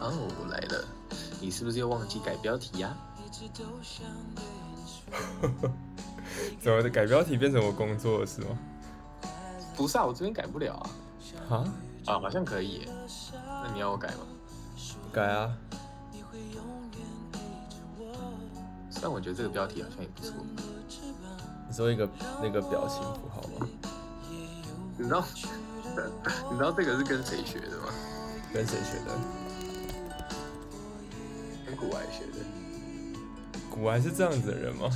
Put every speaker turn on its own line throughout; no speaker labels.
哦是不是又忘记改标题呀、
怎么的改标题变成我工作的事吗？
不是啊，我这边改不了啊。
啊，
啊，好像可以耶。那你要我改吗？
改啊！
虽然我觉得这个标题好像也不错。
你说一个那个表情符号吗？
你知道， 你知道这个是跟谁学的吗？
跟谁学的？
跟古玩学的。
古玩是这样子的人吗？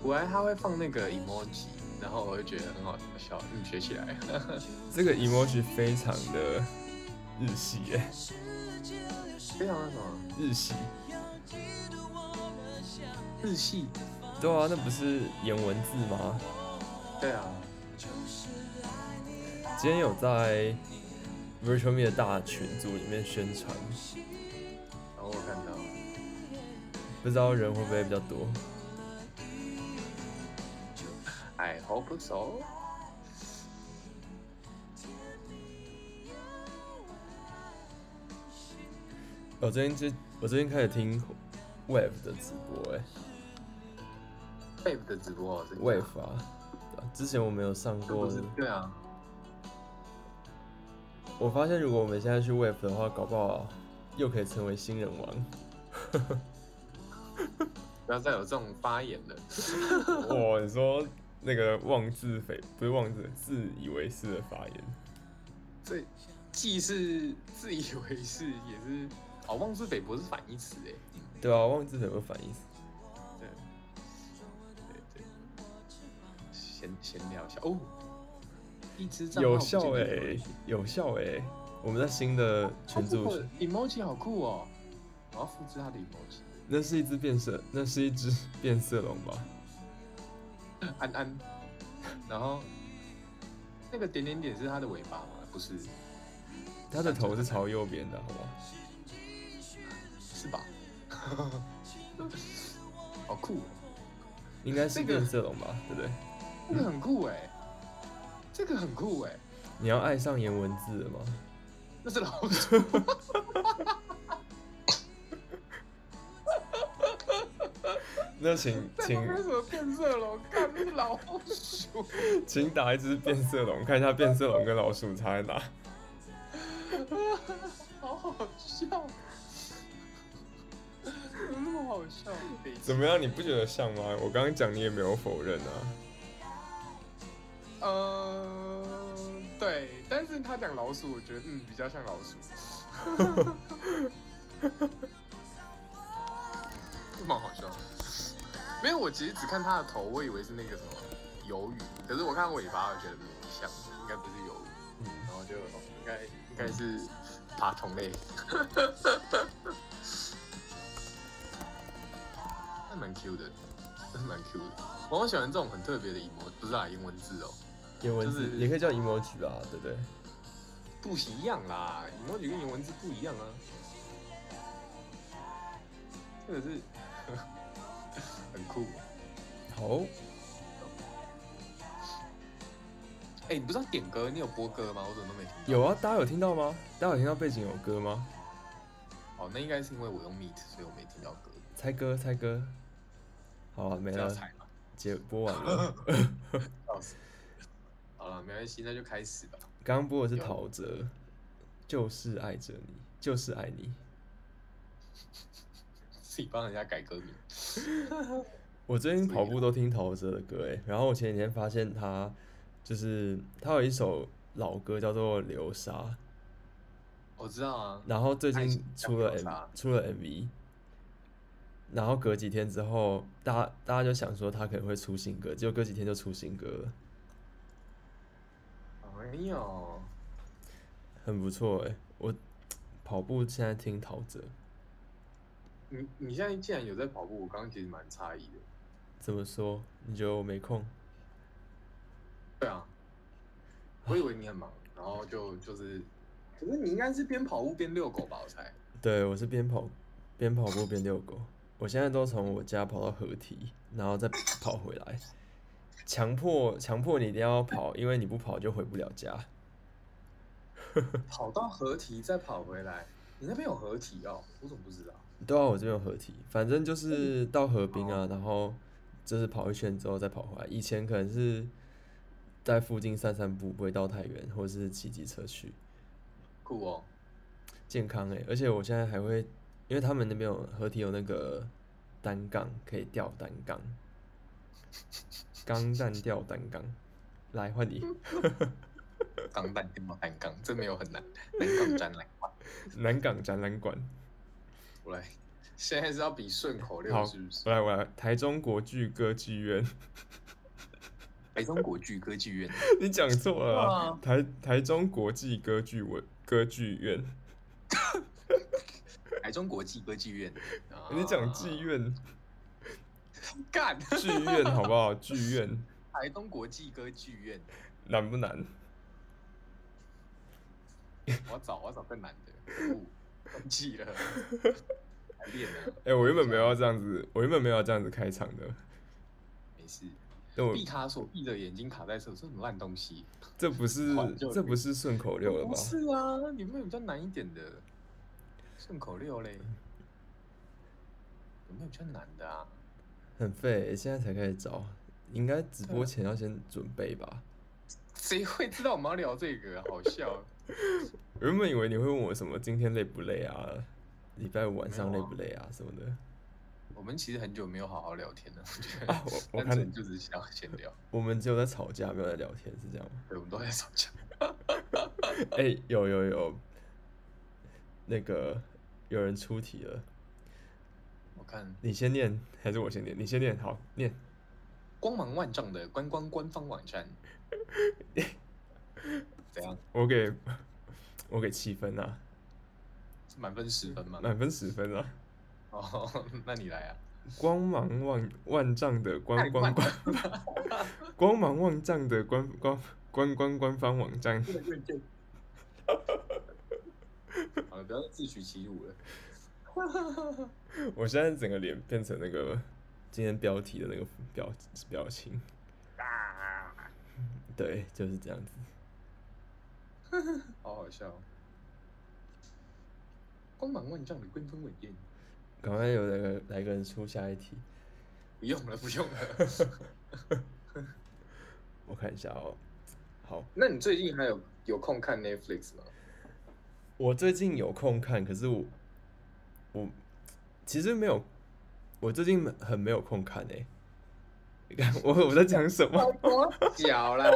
古玩他会放那个 emoji，然后我就觉得很好笑，嗯，学起来。
这个 emoji 非常的日系耶、
非常那什么
日系。
日系，
对啊，那不是颜文字吗？
对啊，
今天有在 Virtual Me 的大群组里面宣传，
然后哦我看到，
不知道人会不会比较多？
I hope so。
我最近最我最近开始听 Wave 的直播、欸，哎
Wave 的直播哦这个
，Wave 啊，对啊之前我没有上
这
过
不，是对啊，
我发现如果我们现在去 Wave 的话，搞不好又可以成为新人王。
不要再有这种发言了。
哦哇，你说那个妄自菲不是妄自自以为是的发言，
这既是自以为是，也是哦，妄自菲薄是反义词哎。
对啊，妄自菲薄反义词。
对，对对，闲闲聊一下哦。一只账号
有
不见
效
得
哎、
有人
有效哎、我们在新的群组，
哦这个 emoji 好酷哦！我要复制他的 emoji，
那是一只变色，那是一只变色龙吧？
安安，然后那个点点点是它的尾巴吗？不是，
它的头是朝右边的，好不好？
是吧？ 好酷、哦，
应该是
这个
变色龙吧，对不对？
这个很酷哎，这个很酷哎，
你要爱上颜文字了吗？
那是老鼠。
那请请
为什 么变色龙？看那是老鼠，
请打一只变色龙，看一下变色龙跟老鼠差在哪。
好好笑， 怎么那么好笑？等一下
怎么样？你不觉得像吗？我刚刚讲你也没有否认啊。
呃，对，但是他讲老鼠，我觉得嗯比较像老鼠， 这蛮好笑的。没有，我其实只看他的头，我以为是那个什么鱿鱼，可是我看尾巴，我觉得嗯不像，应该不是鱿鱼，
嗯
然后就哦应该应该是爬虫 类，那蛮 Q 的，真的蛮 Q 的。我好喜欢这种很特别的 emo，不是啊，英文字哦，
颜文字、
就是
也可以叫 emoji 吧，对不对？
不一样啦，emoji 跟英文字不一样啊。这个是很酷。
好，
哎、你不知道点歌，你有播歌吗？我怎么都没听到。
有啊，大家有听到吗？大家有听到背景有歌吗？
哦，那应该是因为我用 Meet，所以我没听到歌。
猜歌，猜歌。好啊，没
这要
了，
猜吗？
结播完 了。
笑死。好了，没关系，那就开始吧。
刚刚播的是
有
陶喆，就是爱着你，就是爱你。
自己帮人家改歌名。
我最近
所以
跑
呢
步都听陶喆的歌欸诶，然后我前几天发现他就是他有一首老歌叫做《流沙》，
我知道啊，
然后最
爱
近
情像
出了
流
M
沙
出了 MV，然后隔几天之后，大家大家就想说他可能会出新歌，结果隔几天就出新歌了，
哎呦，
很不错诶。我跑步现在听陶喆，
你你现在既然有在跑步，我刚刚其实蛮诧异的。
怎么说？你觉得我没空？
对啊，我以为你很忙，然后就就是，可是你应该是边跑步边遛狗吧？我 猜。
对，我是边跑边跑步边遛狗。我现在都从我家跑到合体，然后再跑回来，强迫强迫你一定要跑，因为你不跑就回不了家。
跑到合体再跑回来，你那边有合体哦？我怎么不知道？
对啊，我这边有合体，反正就是到河滨啊，然后就是跑一圈之后再跑回来。以前可能是在附近散散步，不会到太远，或是骑机车去，
酷哦，
健康诶、而且我现在还会，因为他们那边有合体有那个单杠，可以吊单杠，钢弹吊单杠。来换你，
钢弹电毛单杠，这没有很难，单杠展览馆，
南港展览馆。
我来。现在是要比顺口溜
好
是不是？
我来，我来，台中国剧歌剧院。
北中国剧歌剧院，
你讲错了啦
哇，
台台中国际歌剧文歌剧院，
台中国际歌剧院。啊
你讲剧院
干，
剧院好 不好？剧院
台中国际歌剧院，
难不难？
我要找我要找更难 的，哦忘记了，还练了，
哎、我原本没有要这样子，我原本没有要这样子开场的，
没事。
但我
毕卡索闭着眼睛卡在厕所，这什么烂东西？
这不是
好就
这不是顺口溜了吧
不？是啊，你们有比较难一点的顺口溜嘞？有没有比较难的啊？
很废、现在才开始找，应该直播前要先准备吧。
谁会知道我们要聊这个啊？好 笑，
我原本以为你会问我什么今天累不累啊，礼拜五晚上
没
累
有啊
不累啊什么的
我们其实很久没有好好聊天了，我觉得
啊。我我
单纯
看
就只是想要闲聊，
我们只有在吵架，没有在聊天，是这样吗？
对，我们都在吵架。
哎、有有有，那个有人出题了，
我看
你先念还是我先念？你先念，好念。
光芒万丈的观光官方网站，怎样？
我给 我给七分啊，
是满分十分吗？
满分十分啊。
哦，那你来啊！
光芒万万丈的官
太
光
慢
官，光芒万丈的官官官官官方网 站，
好了，不要再自取其辱了。
我现在整个脸变成那个今天标题的那个表表情，
啊，
对，就是这样子。
好好笑、哦！光芒万丈的官方稳定，
赶快有那个来个人出下一题，
不用了，不用了。
我看一下哦。好，
那你最近还有有空看 Netflix 吗？
我最近有空看，可是我我其实没有，我最近很没有空看 诶、你看我我在讲什么？
多 小啦！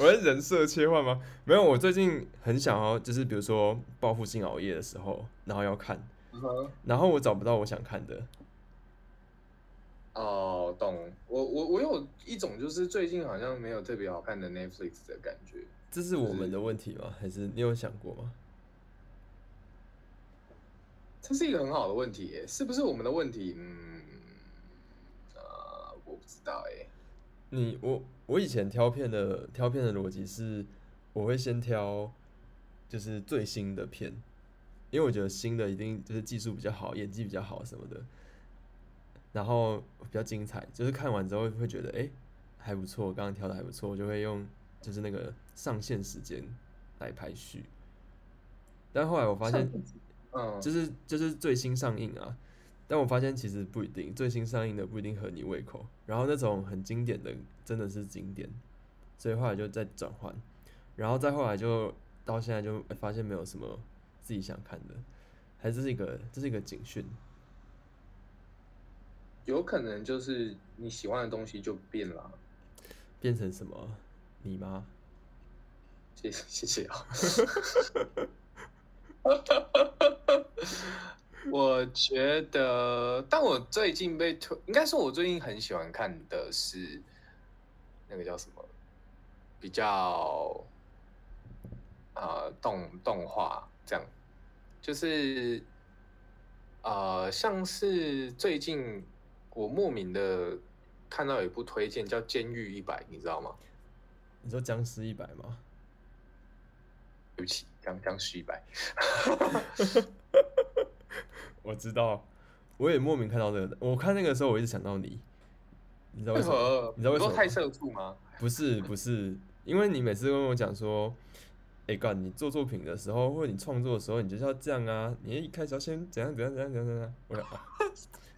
我在人设切换吗？没有，我最近很想要，就是比如说报复性熬夜的时候，然后要看，
嗯哼
然后我找不到我想看的。
哦，懂。我我我有一种就是最近好像没有特别好看的 Netflix 的感觉。
这是我们的问题吗？还是你有想过吗？
这是一个很好的问题耶，是不是我们的问题？嗯，呃，我不知道哎。
你我我以前挑片的挑片的逻辑是，我会先挑就是最新的片，因为我觉得新的一定就是技术比较好，演技比较好什么的，然后比较精彩，就是看完之后会觉得诶还不错，刚刚挑的还不错，我就会用就是那个上线时间来排序。但后来我发现，
嗯，
就是就是最新上映啊，但我发现其实不一定，最新上映的不一定合你胃口。然后那种很经典的真的是经典，所以后来就再转换，然后再后来就到现在就哎发现没有什么自己想看的，还这是一个这是一个警讯。
有可能就是你喜欢的东西就变了啊。
变成什么你吗？
谢谢谢谢啊。我觉得，但我最近被推，应该说我最近很喜欢看的是那个叫什么，比较呃动动画这样，就是呃像是最近我莫名的看到有一部推荐叫《监狱一百》，你知道吗？
你说僵尸一百吗？
对不起，刚刚是一百。
我知道，我也莫名看到这个，我看那个时候我一直想到你，你知道为什么？
何
你知道为什么
说太社畜吗？
不是不是，因为你每次跟我讲说，哎干，你做作品的时候，或者你创作的时候，你就是要这样啊，你一开始要先怎样怎样怎样怎样怎样，我想啊，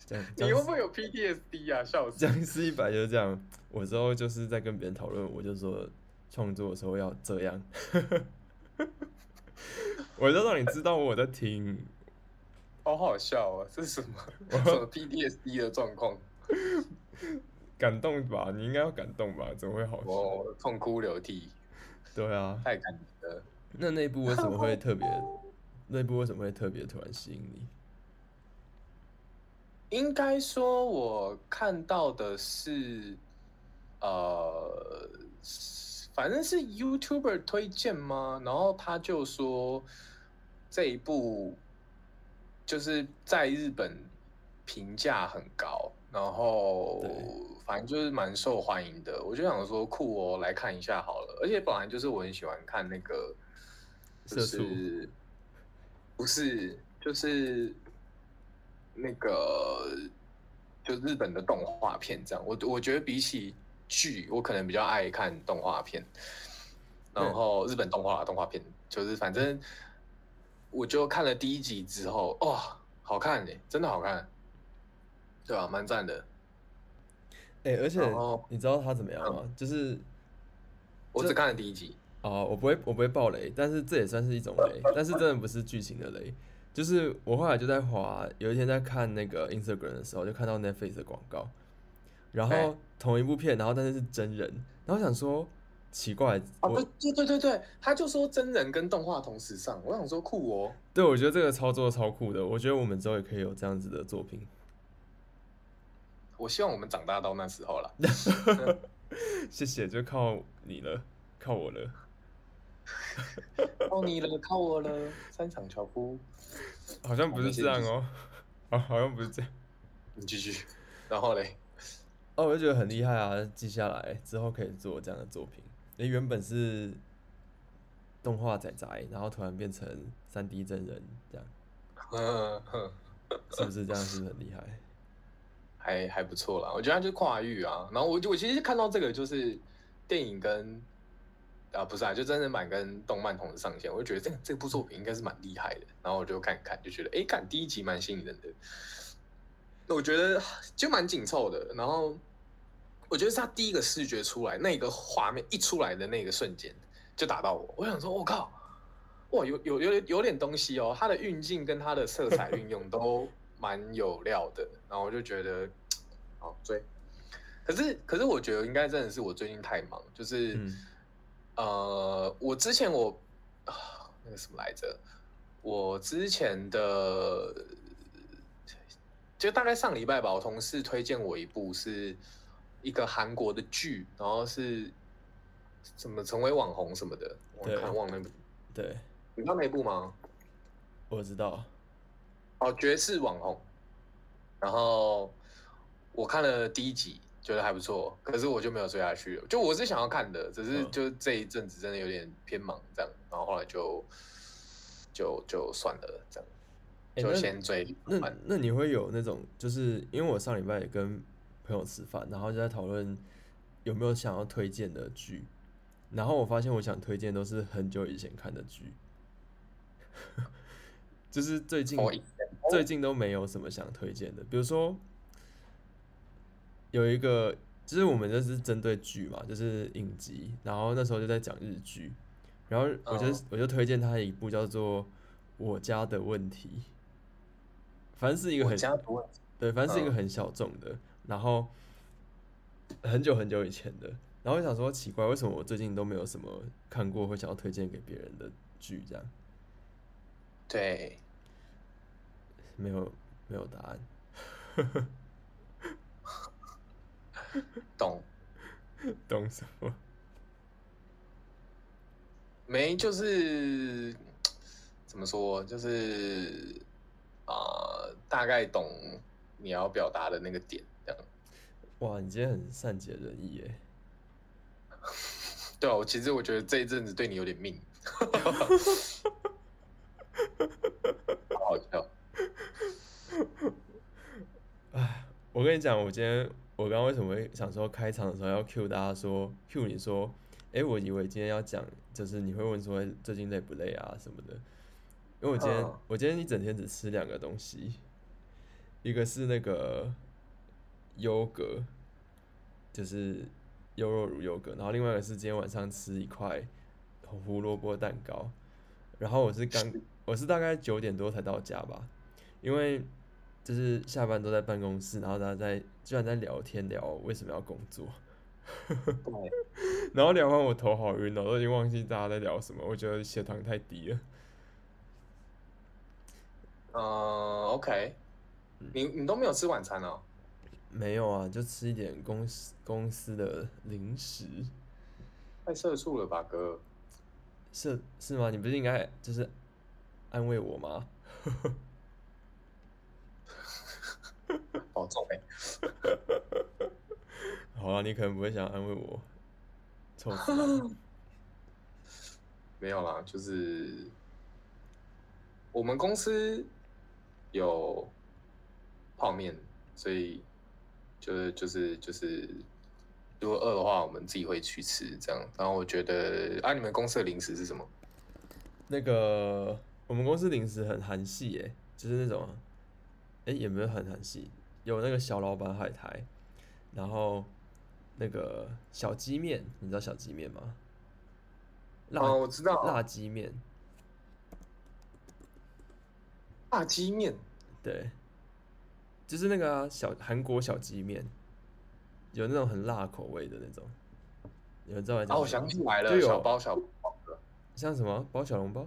这样这
你会
样
不会有 PTSD 啊？笑死！
僵尸一百就是这样。我之后就是在跟别人讨论，我就说创作的时候要这样，我就让你知道我在听。
好好笑啊！这是什么什么 PTSD 的状况？
感动吧，你应该要感动吧？怎么会好笑？
我痛哭流涕，
对啊，
太感人了。
那那一部为什么会特别？那一部为什么会特别突然吸引你？
应该说，我看到的是，呃，反正是 YouTuber 推荐吗？然后他就说这一部就是在日本评价很高，然后
对
反正就是蛮受欢迎的。我就想说酷哦，来看一下好了。而且本来就是我很喜欢看那个，就
社畜
是不是就是那个就日本的动画片这样。我我觉得比起剧，我可能比较爱看动画片。然
对
后日本动画动画片就是反正我就看了第一集之后，哇、好看嘞，真的好看，对吧、蛮赞的。
哎、而且
然后
你知道他怎么样吗？就是
我只看了第一集，
哦，我不会，我不会爆雷，但是这也算是一种雷，但是真的不是剧情的雷。就是我后来就在滑，有一天在看那个 Instagram 的时候，就看到 Netflix 的广告，然
哎
后同一部片，然后但是是真人，然后想说奇怪，
啊，
我
对对对对对，他就说真人跟动画同时上，我想说酷哦，
对我觉得这个操作超酷的，我觉得我们之后也可以有这样子的作品。
我希望我们长大到那时候了。
谢谢，就靠你了，靠我了。
哦靠你了，靠我了，三场樵夫，
好像不是这样哦， 好，好像不是这样。
你继续。然后嘞，
哦，我就觉得很厉害啊，记下来之后可以做这样的作品。诶，原本是动画仔仔，然后突然变成三 D 真人，这样
嗯，哼
是不是这样？是不是很厉害？
还还不错啦，我觉得他就是跨域啊。然后我就我其实看到这个就是电影跟啊不是啊，就真人版跟动漫同时上线，我就觉得这个这部作品应该是蛮厉害的。然后我就看看，就觉得哎，看第一集蛮吸引人的，那我觉得就蛮紧凑的。然后我觉得是他第一个视觉出来那个画面一出来的那个瞬间就打到我，我想说我、靠。哇，有有有有点东西哦，它的运镜跟它的色彩运用都蛮有料的，然后我就觉得好追。可是可是我觉得应该真的是我最近太忙，就是、
嗯
呃，我之前我啊那个什么来着，我之前的就大概上礼拜吧，我同事推荐我一部是一个韩国的剧，然后是怎么成为网红什么的，我
对
看忘了那部。
对，
你知道那部吗？
我知道。
哦，爵士网红。然后我看了第一集，觉得还不错，可是我就没有追下去了。就我是想要看的，只是
嗯
就这一阵子真的有点偏忙这样，然后后来就就就算了这样，
诶
就
那
先追
那
慢
那你会有那种，就是因为我上礼拜也跟朋友吃饭，然后就在讨论有没有想要推荐的剧，然后我发现我想推荐都是很久以前看的剧， 就是最近
哦一
最近都没有什么想推荐的，比如说有一个，就是我们这是针对剧嘛，就是影集，然后那时候就在讲日剧，然后我就、
哦
我就推荐他一部叫做《我家的问题》，反正是一个
我
很
家不会
对，反正是一个
嗯
很小众的，然后很久很久以前的，然后我想说奇怪，为什么我最近都没有什么看过会想要推荐给别人的剧，这样
对，
没有没有答案。
懂
懂什么？
没？就是怎么说？就是啊、呃大概懂你要表达的那个点这样。
哇，你今天很善解人意耶！
对啊，我其实我觉得这一阵子对你有点命， 好好笑。
我跟你讲，我今天我刚刚为什么会想说开场的时候要 Q 大家说 Q 你说，诶，我以为今天要讲就是你会问说诶最近累不累啊什么的，因为我今天、
嗯
我今天一整天只吃两个东西，一个是那个优格，就是优酪乳优格，然后另外一个是今天晚上吃一块胡萝卜蛋糕，然后我是刚我是大概九点多才到家吧，因为就是下班都在办公室，然后大家在居然在聊天聊为什么要工作，
对，
然后聊完我头好晕哦，都已经忘记大家在聊什么，我觉得血糖太低了。
嗯，OK，你
嗯
你都没有吃晚餐哦？
没有啊，就吃一点公司公司的零食，
太社畜了吧，哥？
是是吗？你不是应该就是安慰我吗？
好重哎、
好啊，你可能不会想安慰我，臭死了
没有啦，就是我们公司有泡面，所以就是就是就是，如果饿的话，我们自己会去吃这样。然后我觉得，啊，你们公司的零食是什么？
那个我们公司零食很韩系耶，就是那种，哎、也没有很韩系，有那个小老板海苔，然后那个小鸡面，你知道小鸡面吗？辣、
哦，我知道，
辣鸡面，
辣鸡面。
对，就是那个啊、小韩国小鸡面，有那种很辣口味的那种，你们知道吗？
啊，我想起来
就
了，
有
小包小包的，
像什么包小笼包，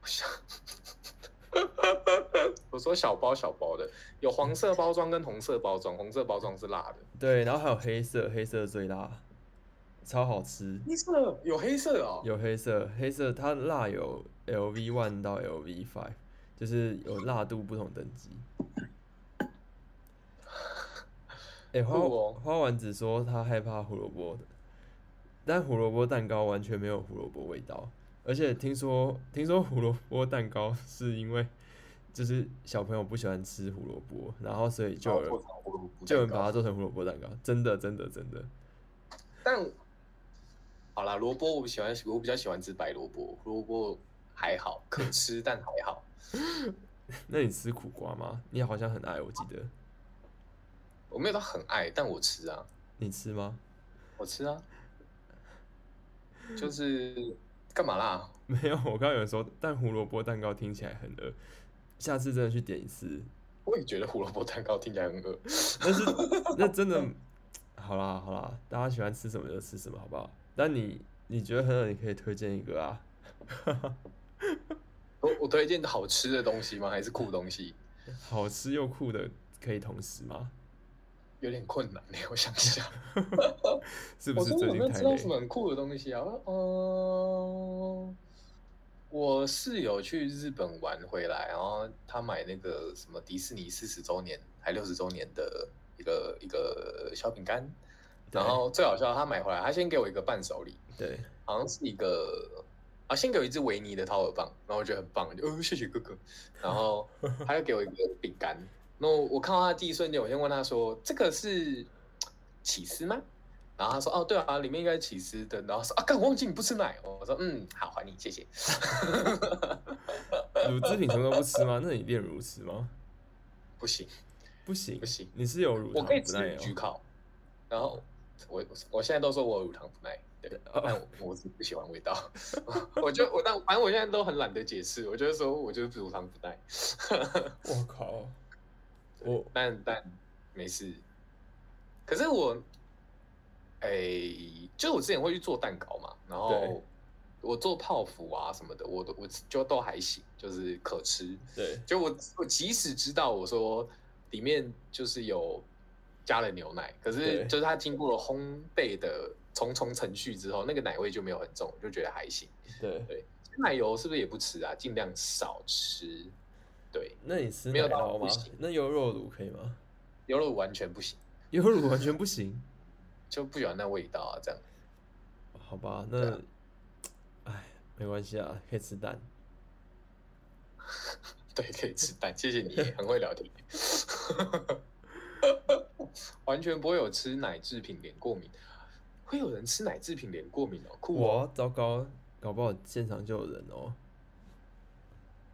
我想，我说小包小包的，有黄色包装跟红色包装，红色包装是辣的，
对，然后还有黑色，黑色最辣，超好吃。
黑色有黑色哦，
有黑色，黑色它辣有 LV one 到 LV five，就是有辣度不同等级。哎、花
酷哦
花丸子说他害怕胡萝卜的，但胡萝卜蛋糕完全没有胡萝卜味道，而且听说听说胡萝卜蛋糕是因为就是小朋友不喜欢吃胡萝卜，然后所以就
然后哦做
有人
成胡萝卜
就有人
蛋
把
糕
它做成胡萝卜蛋糕，真的真的真的。
但好啦，萝卜我喜欢，我比较喜欢吃白萝卜，胡萝卜还好，可吃但还好。
那你吃苦瓜吗？你好像很爱，我记得
我没有到很爱，但我吃啊，
你吃吗？
我吃啊，就是干嘛啦？
没有，我刚刚有人说，但胡萝卜蛋糕听起来很饿，下次真的去点一次。
我也觉得胡萝卜蛋糕听起来很恶，
但是那真的，好啦好啦，大家喜欢吃什么就吃什么，好不好？但你你觉得很饿，你可以推荐一个啊。
我我推荐好吃的东西吗？还是酷东西？
好吃又酷的可以同时吗？
有点困难，欸我想一下，
是不
我
是
真的
最
有
近
没有
太
知道什么
累？
很酷的东西啊？嗯，我室友去日本玩回来，然后他买那个什么迪士尼四十周年还六十周年的一个一个小饼干，
对
然后最好笑，他买回来，他先给我一个伴手礼，
对，
好像是一个啊，先给我一支维尼的掏耳棒，然后我觉得很棒，就呃谢谢哥哥，然后他又给我一个饼干，然后我看到他的第一瞬间，我先问他说这个是起司吗？然后他说哦对啊，里面应该是起司的，然后说啊干我忘记你不吃奶哦，我说嗯好还你谢谢，
乳制品全部都不吃吗？那你炼乳吃吗？
不行
不行
不行，
你是有乳
我
糖
可以
不
吃
耐
焗
哦。
烤，然后我我现在都说我有乳糖不耐，对，但
哦，
我我是不喜欢味道， 我就我但反正我现在都很懒得解释，我就是说我就是乳糖不耐。
我 靠，我
但但没事。可是我，哎、就我之前会去做蛋糕嘛，然
对
后我做泡芙啊什么的，我都我就都还行，就是可吃。
对
就我我即使知道我说里面就是有加了牛奶，可是
对
就是它经过了烘焙的重重程序之后，那个奶味就没有很重，就觉得还行。
对，
奶油是不是也不吃啊？尽量少吃。对，
那你吃
没有
奶
到
酪
不
吗
行？
那优酪乳可以吗？
牛肉完全不行，
优乳完全不行。
就不喜欢那味道啊，这样。
好吧，
对
那
啊，
哎，没关系啊，可以吃蛋。
对，可以吃蛋，谢谢你，很会聊天，完全不会有吃奶制品脸过敏。会有人吃奶制品脸过敏哦，酷哦！
哇，糟糕，搞不好现场就有人哦。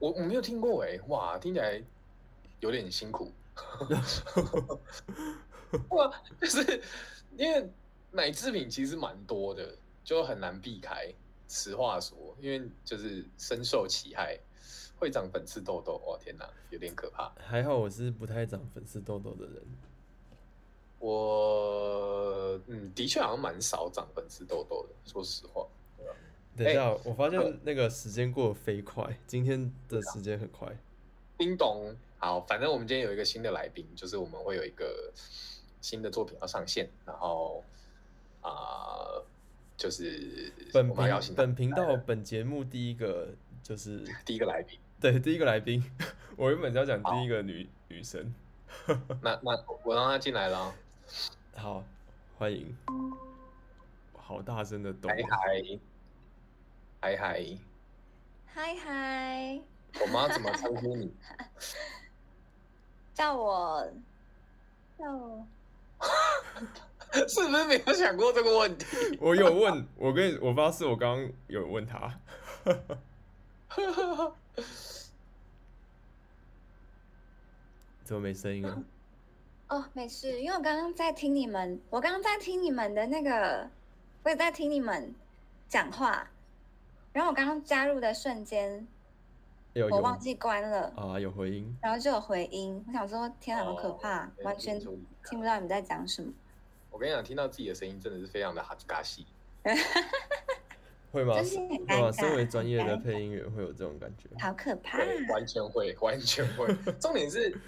我我没有听过哎、哇，听起来有点辛苦。哇，就是因为奶制品其实蛮多的，就很难避开。实话说，因为就是深受其害，会长粉刺痘痘，哇天哪，有点可怕。
还好我是不太长粉刺痘痘的人，
我嗯，的确好像蛮少长粉刺痘痘的，说实话。
等一下，
哎
我发现那个时间过得飞快，今天的时间很快。
叮咚，好，反正我们今天有一个新的来宾，就是我们会有一个新的作品要上线，然后啊、就是
本
我们要邀
频
请他
本频道本节目第一个就是
第一个来宾。
对第一个来宾， 我原本是要讲第一个女女生，
那那我让他进来了，
好，欢迎，好大声的咚
嗨，嗨嗨嗨，
嗨嗨，
我们要怎么称呼你？
叫我叫我
是不是没有想过这个问题？
我有问，我跟你，我发誓，我刚刚有问他，怎么没声音啊？
哦，没事，因为我刚刚在听你们，我刚刚在听你们的那个，我也在听你们讲话，然后我刚刚加入的瞬间，
有
我
有
忘记关了，
啊，有回音，
然后就有回音，我想说天哪，啊好可怕，
哦
完全
注意
听不到你们在讲什么，
我跟你讲，听到自己的声音真的是非常的哈嘎西。
会吗？
就是很
会吗？
尴尬
身为专业的
很尴尬
配音员会有这种感觉，
好可怕，
对，完全会， 完全会。重点是，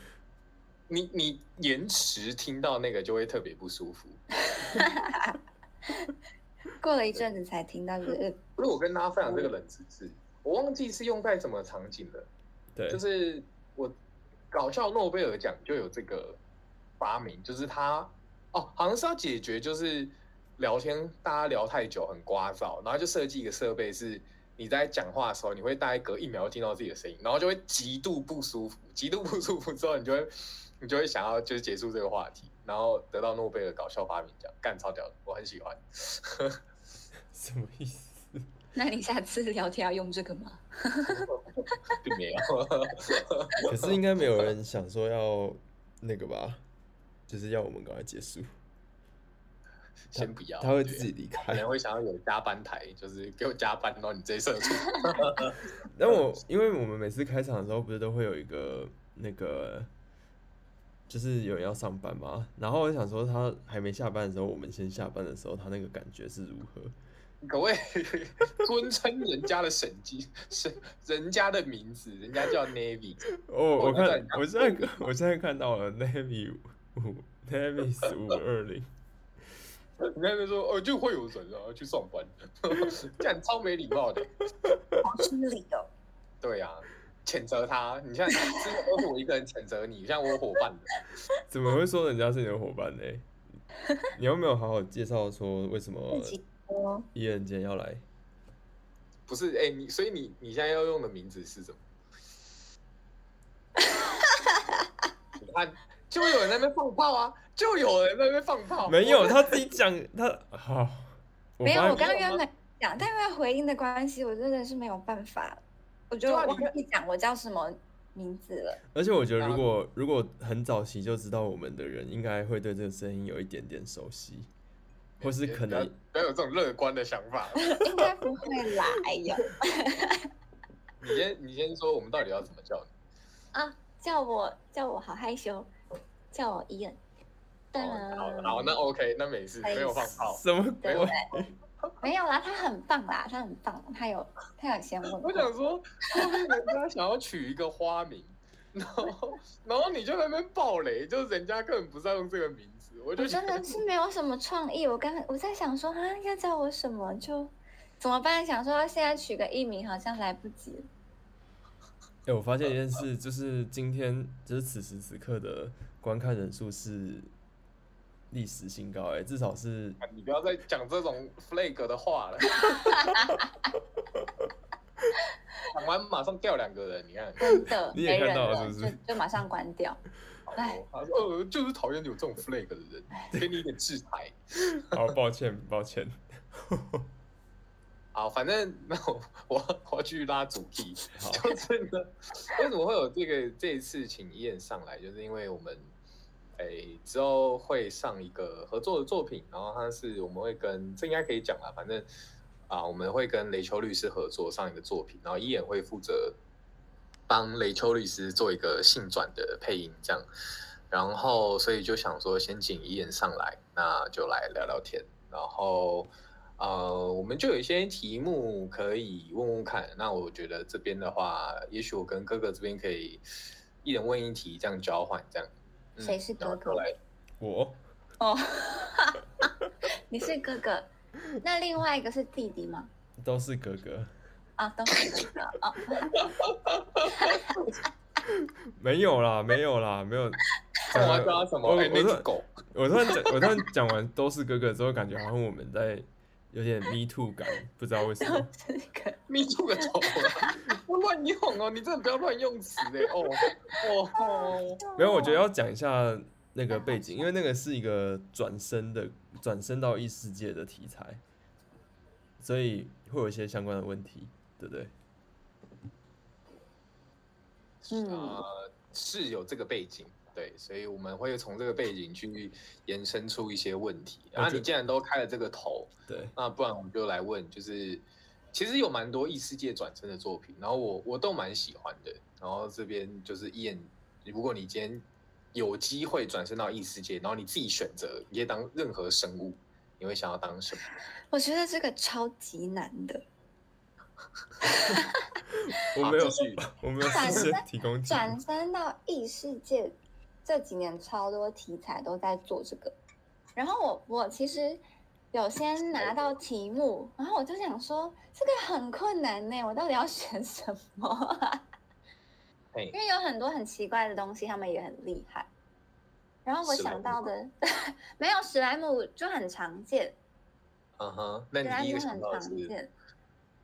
你你延迟听到那个就会特别不舒服。
过了一阵子才听到， 就是呃
不是我跟大家分享这个冷知识，我忘记是用在什么场景了。
对，
就是我搞笑诺贝尔奖就有这个发明，就是他哦，好像是要解决就是聊天大家聊太久很聒噪，然后就设计一个设备是。你在讲话的时候，你会大概隔一秒就听到自己的声音，然后就会极度不舒服，极度不舒服之后，你就会你就会想要就是结束这个话题，然后得到诺贝尔搞笑发明奖，干超屌的，我很喜欢。
什么意思？
那你下次聊天要用这个吗？
并 没有，
可是应该没有人想说要那个吧，就是要我们赶快结束，
先不要，
他会
对
自己离
可
开
能。会想要有加班台，就是给我加班，然后你直接射出。
但我因为我们每次开场的时候，不是都会有一个那个，就是有人要上班嘛，然后我想说他还没下班的时候，我们先下班的时候，他那个感觉是如何？
各位吞称人家的神经，是人家的名字，人家叫 Navy，
哦，
我
我
看到
看
你拿
我现在看我现在看到了 Navy 五 Navy 五二零，
人家就说哦就会有人啊去上班， 这样超没礼貌的。
好失礼哦，
对啊，谴责他，你像之前都是我一个人谴责你，像我有伙伴的，
怎么会说人家是你的伙伴呢？你有没有好好介绍说为什么
自己说
伊人今天要来？
不是哎、你，所以你你现在要用的名字是什么？ 你看，就有人在那边放炮啊，就有人在那边放炮，
没有，
我
他自己讲他好，我
哦没有，
发
我
现
刚刚
没有
原
吗
本讲，但因为回音的关系，我真的是没有办法，我就
对啊你
忘
看
记讲我叫什么名字了。
而且我觉得，如
啊
果如果很早期就知道我们的人，应该会对这个声音有一点点熟悉，或是可能
不要有这种乐观的想法。
应该不会啦，哎呀
你先，你先说，我们到底要怎么叫你？
啊，叫我叫我好害羞，叫我伊恩。当然，
哦好，好，那 OK，那没事，
啊可以
没有放炮。
什么
对
鬼？
没有啦，他很棒啦，他很棒，他有他有先问
我
过，
想说，后面人家想要取一个花名，然后，然后你就在那边暴雷，就是人家根本不是要用这个名字，我
我
就觉
真
得
的是没有什么创意。我刚我在想说啊，要叫我什么就怎么办？想说要现在取个艺名好像来不及了。
哎、我发
呃
现一件事，就是今天就是此时此刻的观看人数是历史新高、哎，至少 是
你不要再讲这种 flag 的话了。讲完马上掉两个人，你看，
真的，
你也
没
看
人
到
了，
了是不是
就就马上关掉。
好哦。他说呃，就是讨厌有这种 flag 的人，
哎
给你一点制裁。
好，哦抱歉，抱歉。
好，反正那我 我我要去拉主题，
好
就是呢，为什么会有这个这一次请燕上来，就是因为我们诶、之后会上一个合作的作品，然后它是我们会跟这应该可以讲啦，反正啊我们会跟雷秋律师合作上一个作品，然后伊眼会负责帮雷秋律师做一个性转的配音这样，然后所以就想说先请伊眼上来，那就来聊聊天，然后。呃，我们就有一些题目可以问问看。那我觉得这边的话，也许我跟哥哥这边可以一人问一题，这样交换，这样。嗯
谁是哥
然后
哥
就来，
我
哦，你是哥哥，那另外一个是弟弟吗？
都是哥哥，
啊，都是哥哥哦。
没有啦，没有啦，没有。
干嘛
讲
叫 他什
我
么？
我
哎，那
说
只狗。
我突然讲，我突然讲完都是哥哥之后，感觉好像我们在有点 me too 感，不知道为什么。
都是哥，
咪住个头啊！不乱用哦，你真的不要乱用词哎！哦哦 哦，
没有，我觉得要讲一下那个背景，因为那个是一个转身的转身到异世界的题材，所以会有一些相关的问题，对不对？
嗯，
呃，是有这个背景，对，所以我们会从这个背景去延伸出一些问题。
我
啊，
觉
你既然都开了这个头，
对，
那不然我们就来问，就是其实有蛮多异世界转身的作品，然后我我都蛮喜欢的。然后这边就是一眼，如果你今天有机会转身到异世界，然后你自己选择，你可以当任何生物，你会想要当什么？
我觉得这个超级难的。
我
好
没有
继，续
我没有
转
事先提供题目
转身到异世界，这几年超多题材都在做这个。然后我我其实有先拿到题目，然后我就想说这个很困难呢，我到底要 选什么啊、
嘿
因，为有很多很奇怪的东西，他们也很厉害。然后我
史莱姆
想到的 没有史莱姆就很常见，
嗯哼，那
史莱
你第一
姆
个想
啊很
到的
常
是
见。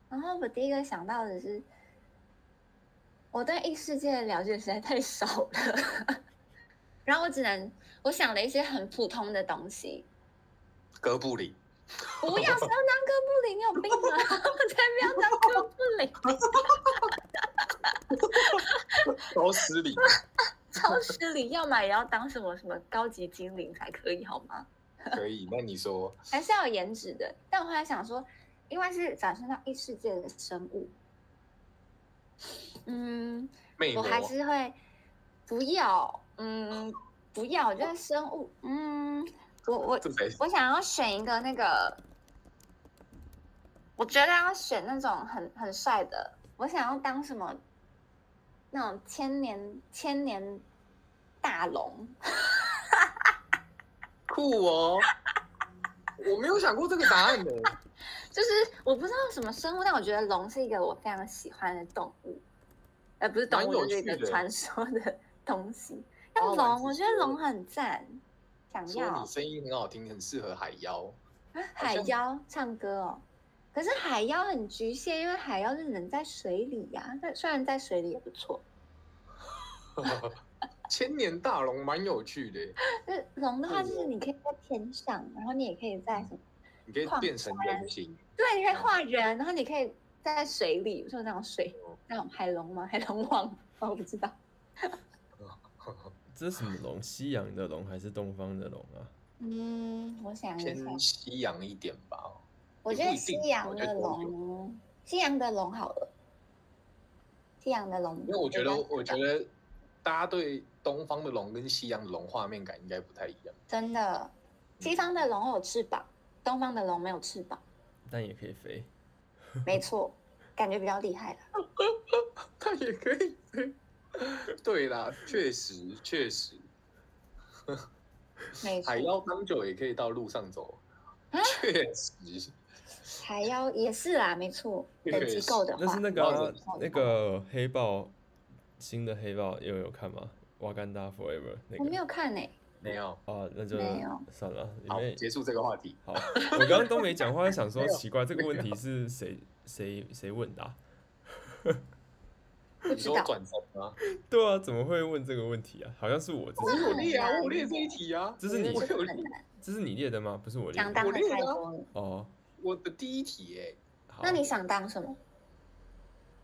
然后我第一个想到的是，我对异世界的了解实在太少了， 然后我只能我想了一些很普通的东西。
哥布 林，
不要，谁要当哥布林？你有病吗？ 我才不要当哥布林，
高斯 里，
超市里要买也要当什么什么高级精灵才可以好吗？
可以。那你说，
还是要有颜值的。但我后来想说，因为是转生到异世界的生物，嗯，
魅魔，
我还是会不要，嗯，不要，就是生物，嗯，我我
这才是
我想要选一个那个，我觉得要选那种很很帅的，我想要当什么那种千年千年大龙，
酷哦。我没有想过这个答案呢。
就是我不知道什么生物，但我觉得龙是一个我非常喜欢的动物，呃，不是动
蛮
物，
有
就是一
趣
个
的
传 说的东西。但
哦蛮
龙，
直
我觉
觉
得
的
龙很赞， 想
说
要
你声音很好听，很适合海妖。
啊海
像
妖唱歌哦。可是海妖很局限，因为海妖是人在水里呀、但虽然在水里也不错。
千年大龙蛮有趣的，
那龙的话，
是
就是
哦
你可以在天上，然后你也可以在什么？
你可以
矿
变成人形，
对，你可以画人，然后你可以在水里，就是那种水
哦，
那种海龙吗？海 龙王？哦，我不知道。
这是什么龙？西洋的龙还是东方的龙啊？
嗯，我想一下
偏。西洋一点吧。
哦我
也
觉
不
得
一
西
定
洋
我觉
的
得都有
龙，西洋的龙好了，西洋的龙比
因为
较
我
好
觉
看，
得，我觉得大家对东方的龙跟西洋的龙画面感应该不太一样。
真的，西方的龙有翅膀，东方的龙没有翅膀，
但也可以飞。
没错，感觉比较厉害了。
它也可以。 对啦，确实确实，
没错
海，妖当久也可以到路上走
啊，
确实。
海妖也是啦，没错，
对
等级够的
那
话
是，那个啊、
哇
那个黑豹，新的黑豹有有看吗？瓦干达 Forever 那
我没
个
有看诶、
没有，
啊，那就
没有
算了，因
好，
为
结束这个话题。
好，我刚刚都没讲话，想说
没有
奇怪，这个问题是谁谁谁问的啊、
不
你
知
说
道。
转身吗？
对啊，怎么会问这个问题啊？好像是我自
我
己，
有列啊，
很难
我有列这一题啊，
这是你
我
我
觉得
有
这个很
列
难，
这是你列的吗？不是我列
想
的。
当
我
的
列
太
的啊
多了。
哦，
我的第一题耶、
好。
那你想当什么？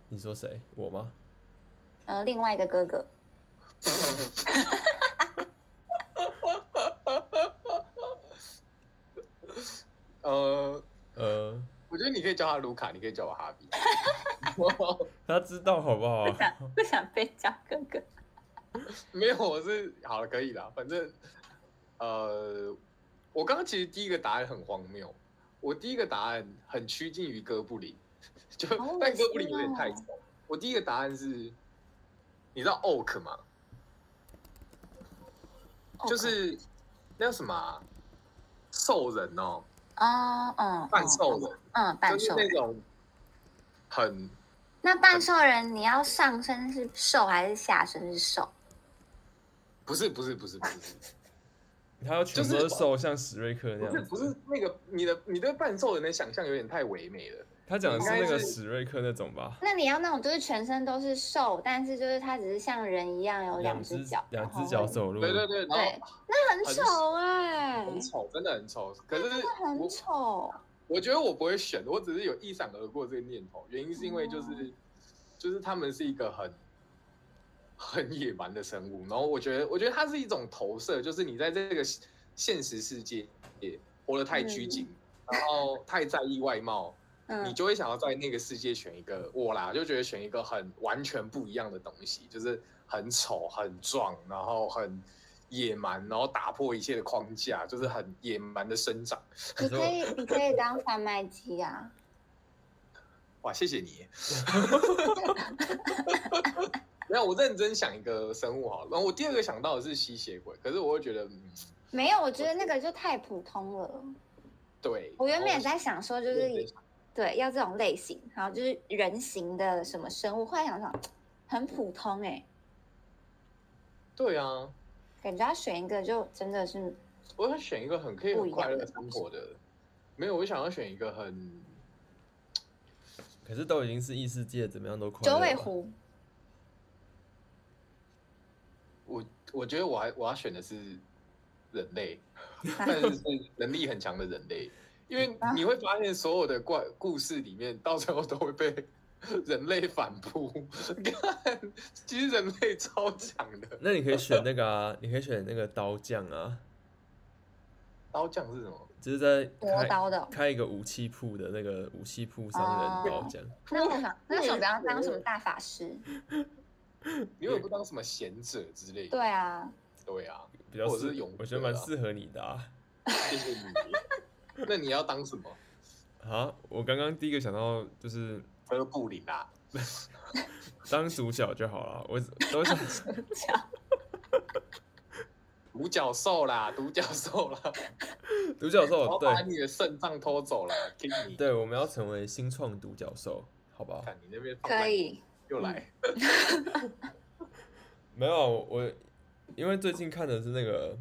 你说谁？我吗？
呃，另外一个哥哥，
呃，
呃，
我觉得你可以叫他卢卡，你可以叫我哈比。
他知道好不好
不？ 想不想被叫哥哥。
没有，我是好了，可以啦。反正，呃，我刚刚其实第一个答案很荒谬，我第一个答案很趋近于哥布林，就、
好恶
但哥布林有
心
点太
哦
丑。我第一个答案是，你知道 oak 吗？
哦
就是那叫什么啊、兽人哦，
哦，嗯，
半
嗯
兽人，
嗯，半
就是
兽
那
人。
种很
那半兽人，你要上身是兽还是下身是兽？
不是不是不是不是不 是
他要全
就
部都
是
瘦，像史瑞克那
不是
样
不
子。
是那个你的你对半兽人的想象有点太唯美了。
他讲的是
应该
那个
是
史瑞克那种吧？
那你要那种就是全身都是兽，但是就是它只是像人一样有
两
哦只
只
脚，哦
两
然
只
后
脚走路。
对对对，然后
对，那很
很
丑哎、
很丑，真的很丑。可是
那很
我
丑。
我觉得我不会选，我只是有一闪而过这个念头，原因是因为
哦
就是、就是他们是一个很很野蛮的生物，然后我觉得我觉得它是一种投射，就是你在这个现现实世界也活得太拘谨，然后太在意外貌，你
嗯，
就会想要在那个世界选一个我啦，就觉得选一个很完全不一样的东西，就是很丑、很壮，然后很野蛮，然后打破一切的框架，就是很野蛮的生长。
你可以你可以当贩卖机啊。
哇，谢谢你。 没有，我认真想一个生物好了，然后我第二个想到的是吸血鬼，可是我会觉得，嗯，
没有，我觉得那个就太普通了。
对，
我原本
然
也
后
在想说，就
我
是
也在
哦对要这种类型，然后就是人形的什么生物，后来想想很普通哎、
对啊，
感觉要选一个就真的是
我要选一个很可以
不
很
一样
快乐
的
生活的，没有，我想要选一个很
可是都已经是异世界，怎么样都快乐
九
吧。
尾狐，
我我觉得我还我要选的是人 类，但是是能力很强的人类，因为
啊
你会发现所有的怪故事里面，到最后都会被 人类反扑。 看，其实人类超强的。
那你可以选那个啊，你可以选那个刀匠啊，
刀匠是什么？
就是在
磨
开
刀 的哦
开一个武器铺的那个武器铺商
哦
人刀匠。
那我想那为什么不要当什
我
么大法师？
你为什么不当什么贤者之类的？
对啊，
对啊，
比较
或者
适
是勇
我觉得
者
蛮
啊
适合你的啊。
谢谢你。那你要当什么？
啊，我刚刚第一个想到就是
哥布林啊？
当主角就好了，我 都想
独角兽啦，独角兽啦！
独角兽
我把
哦对
你的肾脏偷走了，给你。
对，我们要成为新创独角兽，好不好？
看你那边放
可
烂
以，
又来，
没有我我，因为最近看的是那个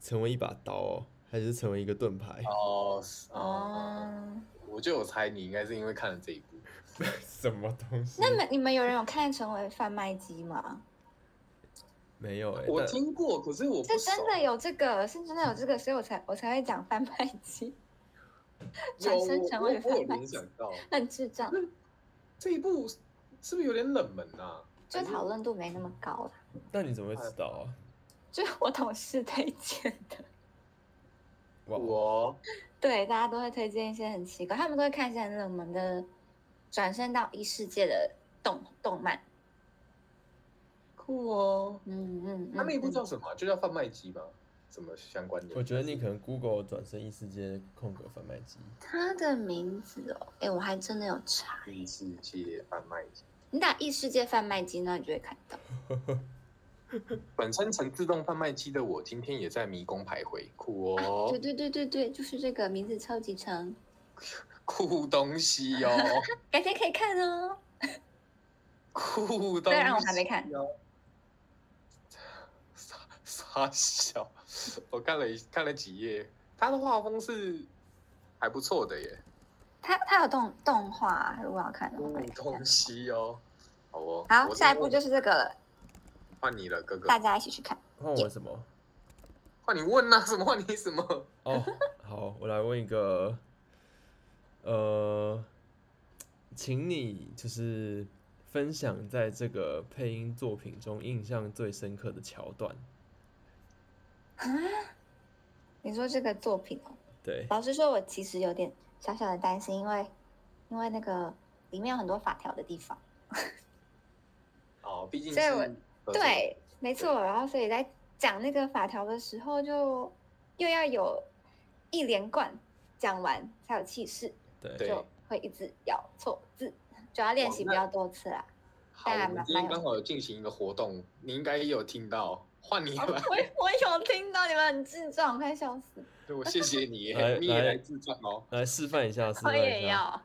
成为一把刀、哦，还是成为一个盾牌？
哦是哦，
哦。
我就有猜你应该是因为看了这一部，
什么东西？
那你们你们有人有看《成为贩卖机》吗？
没有哎、
我
但
听过，可是我不
是
熟
真的有这个，是真的有这个，所以我才我才会讲贩卖机，
有
转
我
身成
我
为
我有
贩卖
联
机
想，到
很智障，
这一部是不是有点冷门啊？
就讨论度没那么高啦。
但你怎么会知道啊？
就我同事推荐的，
哇，
我
对，大家都会推荐一些很奇怪，他们都会看一些很冷门的，转身到异世界的动动漫。
酷哦，
嗯嗯，
他那一部
嗯
叫什么啊？就叫贩卖机吧？什么相关的？
我觉得你可能 Google 转身异世界空格贩卖机，
它的名字哦，哎，我还真的有查，
异世界贩卖机，
你打异世界贩卖机，那你就会看到。
本身成自动贩卖机的我，今天也在迷宫徘徊，酷哦，
对对对对对，啊就是这个名字超级长，
酷东 西哦，
改天可以看哦。
酷东西、哦。
虽然我还没看，
傻傻笑，我看了一看了几页，他的画风是还不错的耶，
啊它它有动动画，如果要看的话可以
古
看。
东西哦，好哦。
哦好，
我
下一步就是这个了，
换你了，哥哥。
大家一起去看。
换我什么？
换你问啊，什 么换你什么？
哦，好，我来问一个，呃，请你就是分享在这个配音作品中印象最深刻的桥段。
啊，你说这个作品哦，
对，
老实说，我其实有点小小的担心，因为因为那个里面有很多法条的地方。
哦，毕竟
所以
是
我
合作
对，没错。然后所以在讲那个法条的时候，就又要有一连贯讲完才有气势，
对，
对
就会一直咬错字，就要练
哇
习
那
比较多次啦。
好，
大
我
家
们
蛮
今天
蛮有
刚好有进行一个活动，你应该也有听到，换你
哦
了。
我我有听到你们很智障，快笑死！
对，我谢谢你
来，
你也
来
来自创哦。
来示范一下，示
我
范一
哦也
下。
要。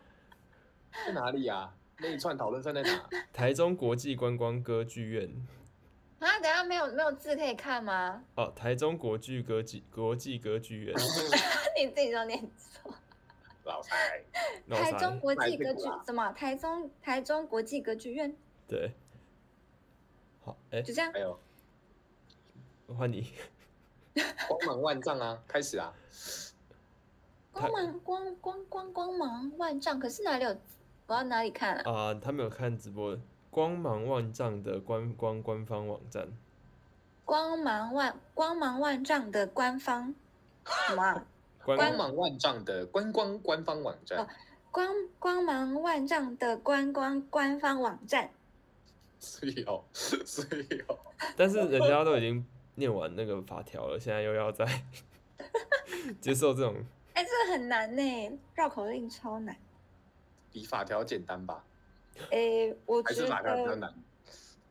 在哪里啊？那一串讨论站在哪？
台中国际观光歌剧院，
啊，等一下没有没有字可以看吗？
哦，台中国剧歌剧国际歌剧
哦
院，
你自己都念错。
老蔡，
脑
台中
残，
国际
买这个
歌剧
啦
怎么？啊台中台中国际歌剧院
对，好，哎、
就这样
还。有
换你，
光芒万丈啊，开始啊。
台
光芒光光光光芒万丈，可是哪里有？我要哪里看啊？
啊、他们有看直播，光芒万丈的观光官方网站，
光芒万光芒万丈的官方什么、啊？
观
光芒万丈的观光官方网站
哦，光光芒万丈的观光官方网站。
所以哦，所以哦，
但是人家都已经念完那个法条了，现在又要 再接受这种，
哎，这个很难呢、绕口令超难。
比法条简单吧？
哎，我
还
觉
是法条比较
得
难？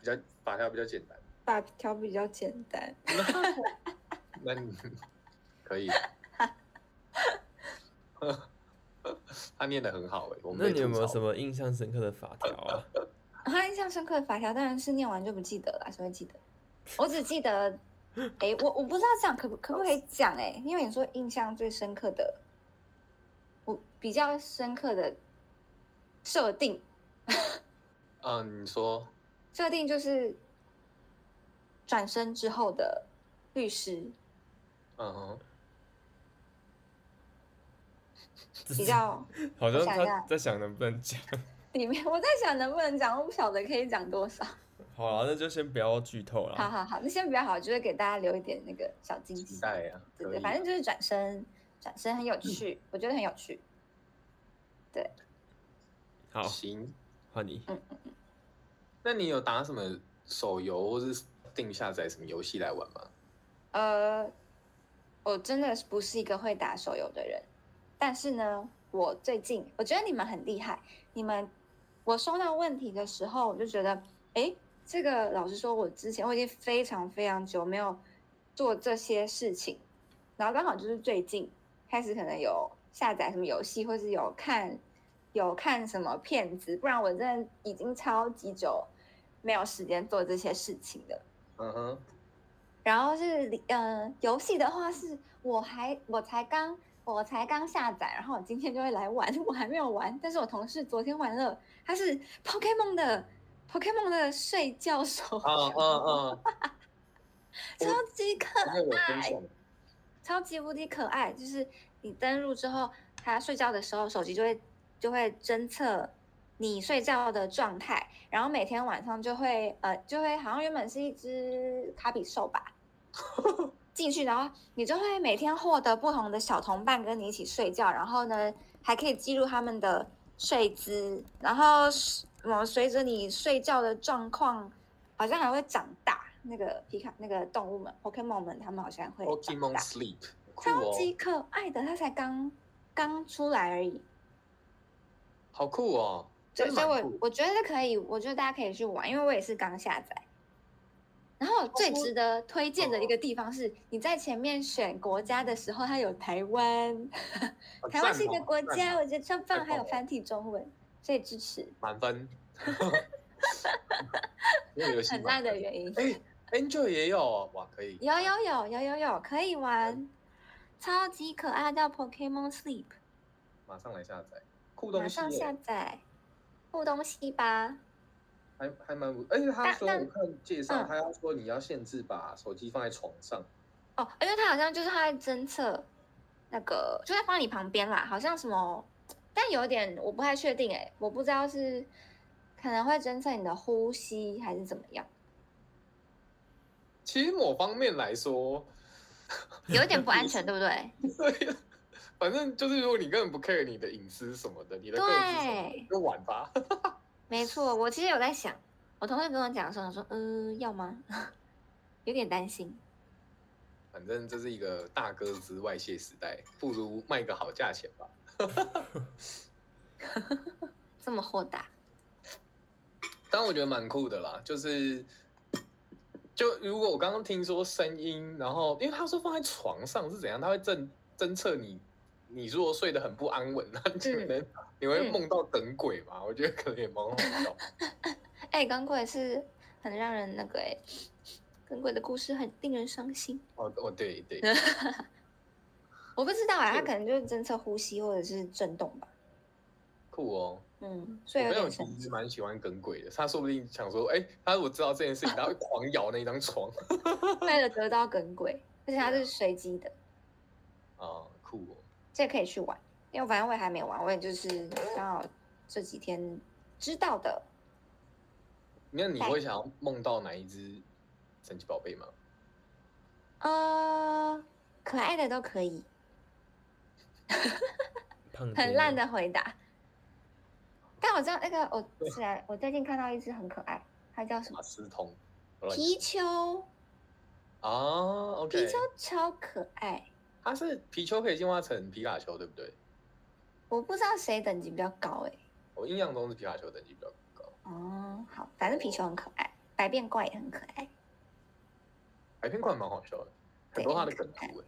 比较法条比较简单。
把条比较简单。
那 你可以。他念的很好哎、我们
那你有没有什
么？
么印象深刻的法条 啊？
他印象深刻的法条当然是念完就不记得了，谁会记得？我只记得， 哎、我我不知道这样可不可不可以讲哎、因为你说印象最深刻的，我比较深刻的设定，
嗯，你说
设定就是转身之后的 律师
嗯哼，
比较
好像
我想一
他
下
在想能不能讲，
里面，我在想能不能讲，我不晓得可以讲多少。
好啊，那就先不要剧透
好
了。
好好，那先比较好，就是给大家留一点那个小惊
期
喜。
待呀、啊，
对
可
对，
以。
反正就是转身，转身很有趣，我觉得很有趣。
好，
行。
换你，
那你有打什么手游或是定下载什么游戏来玩吗？
呃，我真的是不是一个会打手游的人，但是呢，我最近我觉得你们很厉害，你们我收到问题的时候，我就觉得，诶，这个老实说，我之前我已经非常非常久没有做这些事情，然后刚好就是最近开始可能有下载什么游戏，或是有看有看什么片子，不然我真的已经超级久没有时间做这些事情了。
嗯哼，
然后是里呃游戏的话是我还我才刚我才刚下载，然后我今天就会来玩，我还没有玩，但是我同事昨天玩了，他是 Pokemon 的 Pokemon 的睡觉手
嗯
游，
嗯嗯，
超级可
因为我分
爱，
享，
超级无敌可爱，就是你登录之后，他睡觉的时候手机就会就会侦测。你睡觉的状态，然后每天晚上就会呃，就会好像原本是一只卡比兽吧，进去，然后你就会每天获得不同的小同伴跟你一起睡觉，然后呢，还可以记录他们的睡姿，然后么随着你睡觉的状况，好像还会长大。那个皮卡那个动物们，Pokemon 们，他们好哎像会长
Pokemon
大，
Sleep，酷
超
哦，
级可爱的，它才刚刚出来而已。
好酷哦，
对，
真的
所以
蛮
我
酷。
我觉得可以，我觉得大家可以去玩，因为我也是刚下载。然后最
哦
值得推荐的一个地方是，你在前面选国家的时候，它有台湾，
好
台湾
赞
是一个
哦
国
赞
家，
哦
我觉得超
太
棒，还
棒
有
了
繁体中文，所以支持，
满分，没有游戏
很
满
烂的
分
原因。
哎，Angel 也有哦哇，可以，
有有有有有有，可以玩，超级可爱，叫 Pokemon Sleep，
马上来下载，酷
马
东西
上
耶
下载，互东西吧。
还还蛮不，而且他
但
说
但
我看介绍，
嗯
他要说你要限制把手机放在床上，
哦，因为他好像就是他在侦测那个，就在放你旁边啦，好像什么，但有点我不太确定哎、我不知道是可能会侦测你的呼吸还是怎么样，
其实某方面来说，
有一点 不安全，对不对？
对，反正就是如果你根本不 care 你的隐私什么的，你的个人私
对
就玩吧。
没错，我其实有在想，我同事跟我讲的时候，我说，嗯、要吗？ 有点担心。
反正这是一个大哥之外泄时代，不如卖个好价钱吧。
这么豁达，
但我觉得蛮酷的啦，就是就如果我刚刚听说声音，然后因为他说放在床上是怎样，他会侦侦测你，你如果睡得很不安稳，那你可能、你会梦到等鬼嘛？我觉得可能也蛮好哦笑。
哎、耿鬼是很让人那个哎、耿鬼的故事很令人伤心。
哦哦，对对，
我不知道啊，他
对
可能就是侦测呼吸或者是震动吧。
酷哦。
嗯，所
我
以有
朋友
点
其
神
实
奇。
蛮喜欢耿鬼的，他说不定想说，哎、他如果知道这件事情，他会狂咬那张床
为了得到耿鬼，而且它
对啊
是随机的，
啊，酷哦。
这可以去玩。因为反正我也还没玩，我也就是刚好这几天知道的。
那你会想要梦到哪一只神奇宝贝吗？
呃，可爱的都可以，
胖
很
丁
烂
哦
的回答。但我知道那个，我是然我最近看到一只很可爱，它叫什么
马？斯通，我乱
皮丘，
啊，OK，
皮丘超可爱。
它是皮丘可以进化成皮卡丘，对不对？
我不知道谁等级比较高哎、
我印象中是皮卡丘等级比较高，
哦，好，反正皮球很可爱，百变怪也很可爱，
白片怪蛮好笑的，很
对
多它的
很可
梗
爱
图哎。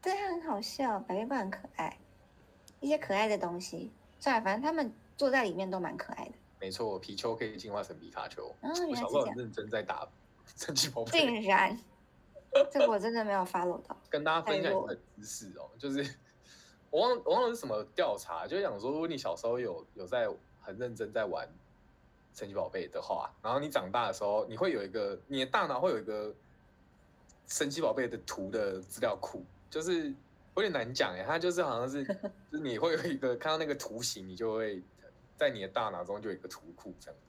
对，它很好笑，百变怪很可爱，一些可爱的东西。算了，反正他们坐在里面都蛮可爱的。
没错，皮丘可以进化成皮卡丘。
嗯，原
我
来
小时候
是这
很
样，
认真在打 神奇宝贝。
竟然，这个我真的没有 follow 到。
跟大家分享一
太弱
个知识哦，就是我忘我忘了是什么调查，就是讲说，如果你小时候有有在很认真在玩神奇宝贝的话，然后你长大的时候，你会有一个你的大脑会有一个神奇宝贝的图的资料库，就是有点难讲哎，它就是好像是就是你会有一个看到那个图形，你就会在你的大脑中就有一个图库这样。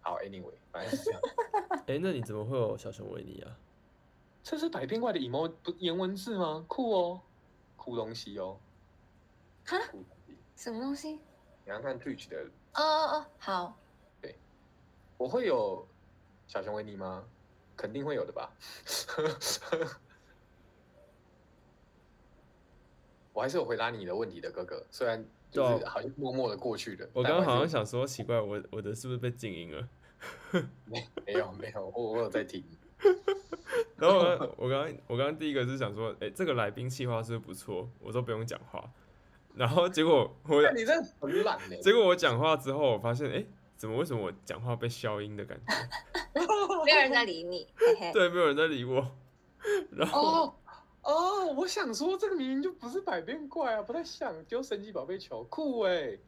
好，anyway，反正是这样。
哎、那你怎么会有小熊维尼啊？
这是百变怪的 emo 不颜文字吗？酷哦，酷东西哦。
哈
酷东西
什么东西？
你要看 Twitch 的，
哦哦哦，好，
我会有小熊维尼吗？肯定会有的吧。我还是有回答你的问题的，哥哥。虽然就
对
是
啊
好像默默的过去的，
我
但
刚刚
还
好像
是
想说，奇怪，我我的是不是被静音了？
没有没有，我我有在听。
然后我刚 我刚刚我刚刚第一个是想说，哎、这个来宾计划是不是不错，我都不用讲话。然后结果我
那你这很懒呢、
结果我讲话之后，我发现，哎、怎么为什么我讲话被消音的感 觉？
没有人在理你，嘿嘿。
对，没有人在理我。然后
哦哦，我想说这个明明就不是百变怪啊，不太像丢神奇宝贝球，酷哎、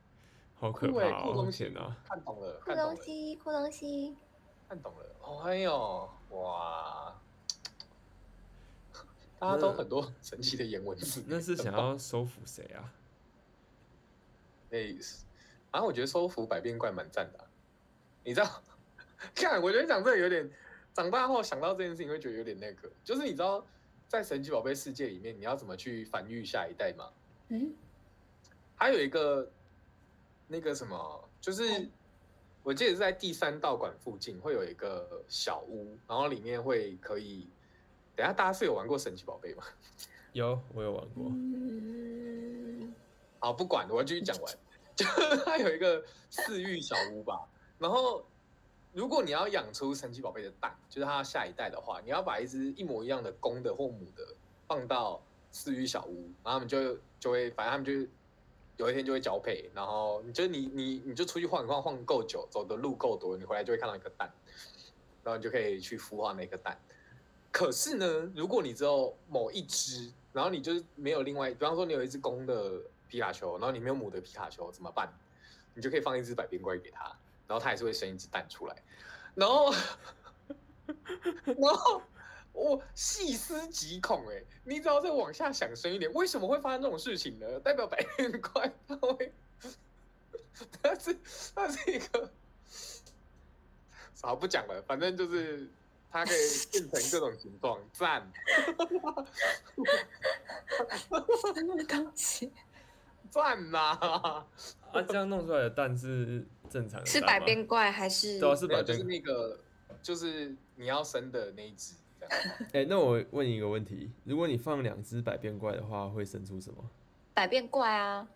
好可
酷
怕
欸
哦！
酷东西
天哪，
看懂了，
酷
看懂
东
了。
西，酷东西，
看懂了，哦，哎呦，哇！大家都很多神奇的颜文字，
那是想要收服谁啊？
类似。啊，我觉得收服百变怪蛮赞的啊、你知道？看，我觉得讲这个有点，长大后想到这件事情会觉得有点那个，就是你知道，在神奇宝贝世界里面，你要怎么去繁育下一代吗？
嗯，
还有一个那个什么，就是我记得是在第三道馆附近会有一个小屋，然后里面会可以。等一下，大家是有玩过神奇宝贝吗？
有，我有玩过。
嗯，
好，不管，我要继续讲完。 就它有一个饲育小屋吧，然后如果你要养出神奇宝贝的蛋，就是它下一代的话，你要把一只一模一样的公的或母的放到饲育小屋，然后他们就就会，反正他们就有一天就会交配，然后你就你你你就出去晃一晃，晃够久，走的路够多，你回来就会看到一个蛋，然后你就可以去孵化那个蛋。可是呢，如果你只有某一只，然后你就是没有另外，比方说你有一只公的皮卡丘，然后你没有母的皮卡丘，怎么办？你就可以放一只百变怪给它，然后它还是会生一只蛋出来。然后然后我细思极恐哎、你只要再往下想深一点，为什么会发生这种事情呢？代表白天怪他 会，他欸是他是一个，啥不讲了，反正就是他可以变成各种形状，赞
什么东西？
赞呐、
啊，这样弄出来的蛋是正常的
是
蛋
百
吗
变怪还是？
对啊，是
没有
百
就是
变。
那个就是你要生的那一只，这样
哎、那我问你一个问题：如果你放两只百变怪的话，会生出什么？
百变怪啊！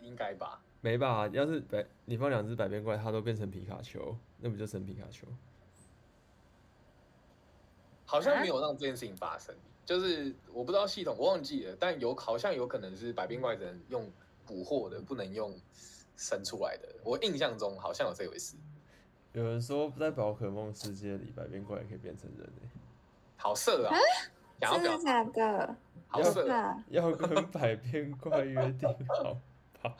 应该吧？
没吧？要是百你放两只百变怪，它都变成皮卡丘，那不就成皮卡丘？
好
啊
像没有让这件事情发生，就是我不知道系统，我忘记了，但有好像有可能是百变怪只能用捕获的，不能用生出来的。我印象中好像有这回事，
有人说在宝可梦世界里，百变怪也可以变成人欸诶、
好色啊！想要
真
表
的假的？
好色啊，
啊，
要跟百变怪约定好吧？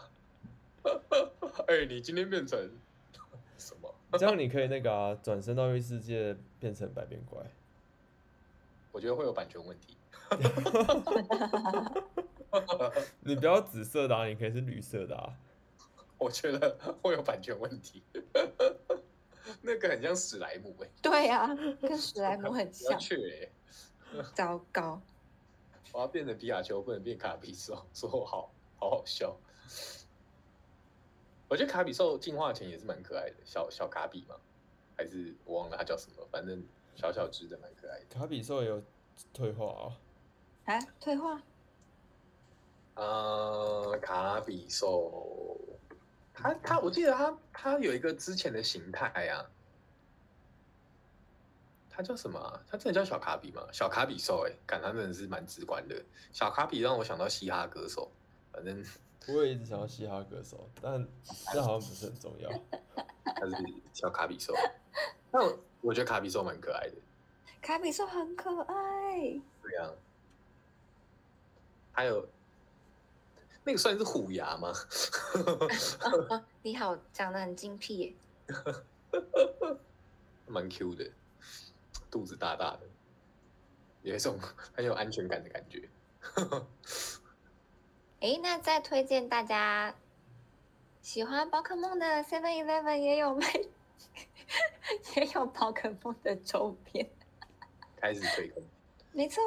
哎、你今天变成什么？
这样你可以那个啊，转身到异世界变成百变怪。
我觉得会有版权问题。
你不要紫色的、啊，你可以是绿色的啊。
我觉得会有版权问题， 那个很像史莱姆哎、
对啊，跟史莱姆很
我
像，
要去哎、
糟糕。
我要变成皮卡丘，不能变卡比兽，说好好好笑。我觉得卡比兽进化前也是蛮可爱的，小小卡比嘛，还是我忘了它叫什么，反正小小只的蛮可爱
卡比兽也有退化哦。
啊，退化
的。呃，卡比兽，它它我记得它它有一个之前的形态呀、啊，它叫什么、啊？它真的叫小卡比吗？小卡比兽哎、欸，感它真的是蛮直观的。小卡比让我想到嘻哈歌手，反正
我也一直想要嘻哈歌手，但这好像不是很重要。
它是小卡比兽。但我我觉得卡比兽蛮可爱的，
卡比兽很可爱，
对啊。还有那个算是虎牙吗？
哦
你好，长得很精辟耶。
蛮 Q 的，肚子大大的，有一种很有安全感的感觉。
诶，那再推荐大家
喜欢宝可梦的 Seven Eleven 也有卖， 也有宝可梦的周边。
开始推坑
没错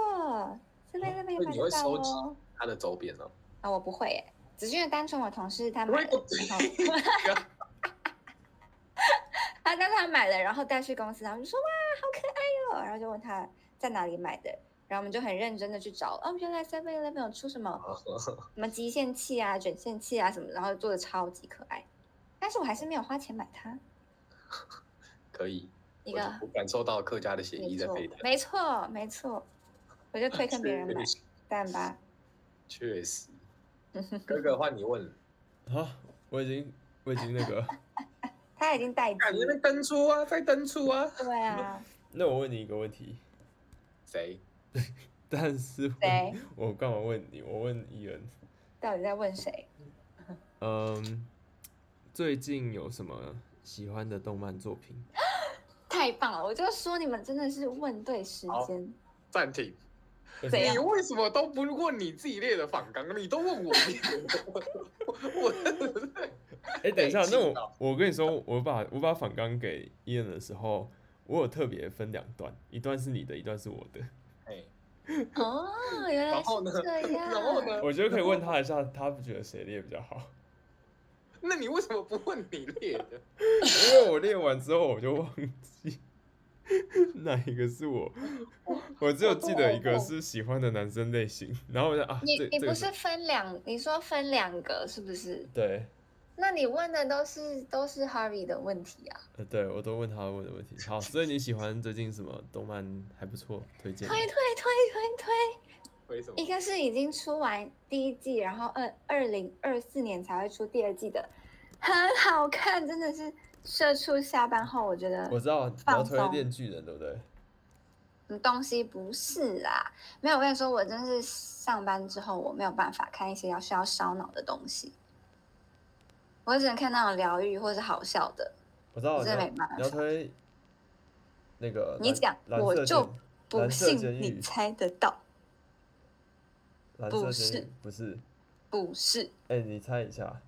，Seven Eleven
所
有
以
买
你会
得到
收集
哦。
它的周边哦，
啊，我不会耶，只是因为单纯我同事他
我
买
也不
了
啊知
然后 他但他买了，然后带去公司，然后就说哇，好可爱哟、然后就问他在哪里买的，然后我们就很认真的去找，哦，原来 Seven Eleven 有出什么什么极限器啊、卷线器啊什么，然后做的超级可爱，但是我还是没有花钱买它，
可以。
一个
我我感受到客家的血啊
没
意在
错
沸腾，，
没错，没错，我就推坑别人买
确，实
但吧，
确 实。哥哥换你问，
啊，我已经我已经那个，
他已经带机
看你
了，
在登出啊，在登出啊。
对 啊，
那我问你一个问题，
谁？
但是
谁
我我干嘛问你？我问伊恩，
到底在问谁？
嗯，最近有什么喜欢的动漫作品？
太棒了！我就说你们真的是问对时
好
间，
暂停。
怎样
你为什么都不问你自己列的访纲？你都问我列的， 我我
哎、等一下
哎，
那
气
我
到
我跟你说，我把我把反纲给伊恩的时候，我有特别分两段，一段是你的，一段是我的，
哎，
哦，原来
然
是
后呢
这样。
然后？呢？
我觉得可以问他一下，他觉得谁列比较好？
那你为什么不问你列的？
因为我列完之后我就忘记 哪一个是我，我只有记得一个是喜欢的男生类型，然后我就啊，
你
这这
你不
个
是分两，你说分两个是不是？
对，
那你问的都是都是 Harvey 的问题啊。
呃，对我都问他问的问题。好，所以你喜欢最近什么动漫还不错，推荐
推
吗？
推推推
为什么
推，一？个是已经出完第一季，然后二二零二四年才会出第二季的，很好看，真的是社畜下班后我觉得
我知道你要
放
推
松
恋巨人，对不对？
什么东西不是啦。没有，我跟你说，我真是上班之后我没有办法看一些要需要烧脑的东西，我只能看那种疗愈或是好笑的。
我知道
我
你
真
要
的没办
你要
法
推那个
啊你
蓝
讲
蓝
我
色
就
监
不
蓝色
信
监
你
狱
猜得到，
蓝色监
不
狱
是
不是，
不是？
哎、你猜一下，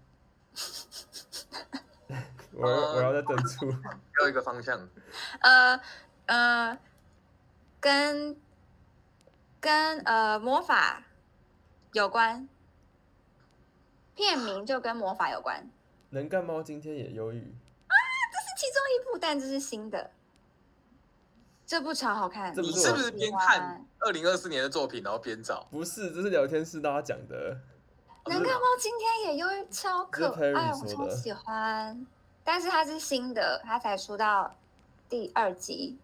我要我要再等出，
要一个方向，
呃呃，跟跟呃魔法有关，片名就跟魔法有关，
能干猫今天也忧郁，
这是其中一部，但这是新的。这部超好看，
这不
你
是
是
我
不是
喜
边
欢
看二零二四年的作品，然后边找？
不是，这是聊天室大家讲的，
呃
能干猫今天也忧郁，超
这
可
是 Perry
爱，我
说
超
的
喜欢。但是它是新的，它才出到第二集。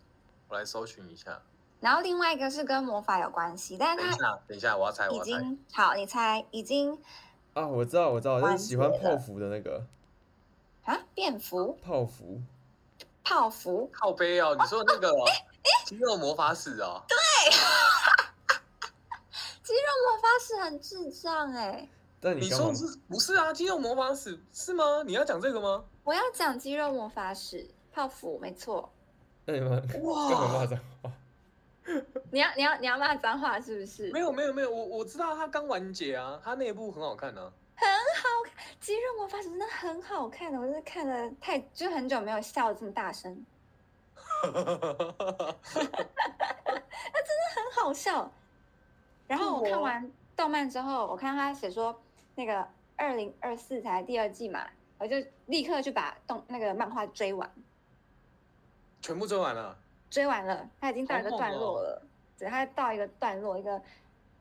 我来搜寻一下。
然后另外一个是跟魔法有关系，但
等一
是它
下，等一下，我要猜，我
已
要猜。
经好，你猜已经
啊，我知道我知道，就是喜欢
完结
泡
了
芙的那个
啊便服
泡芙，
泡芙，
靠背哦，你说那 个哦
哎
肌肉魔法使哦，
肌肉魔法使很智障哎、
但你
你
刚
说
好
的是不是啊？肌肉魔法使是吗？你要讲这个吗？
我要讲肌肉魔法使泡芙，没错。
那哎你们干嘛骂
哇，
脏话？
你要你要你要骂脏话是不是？
没有没有没有，我我知道它刚完结啊，它那一部很好看啊。
肌肉魔法使真的很好看的，我真的看了太就很久没有笑这么大声，很好笑。然后我看完动漫之后，我看他写说那个二零二四才第二季嘛，我就立刻去把动那个漫画追完，
全部追完了，
追完了，它已经到一个
好猛
段
哦
落了，对，它到一个段落，一个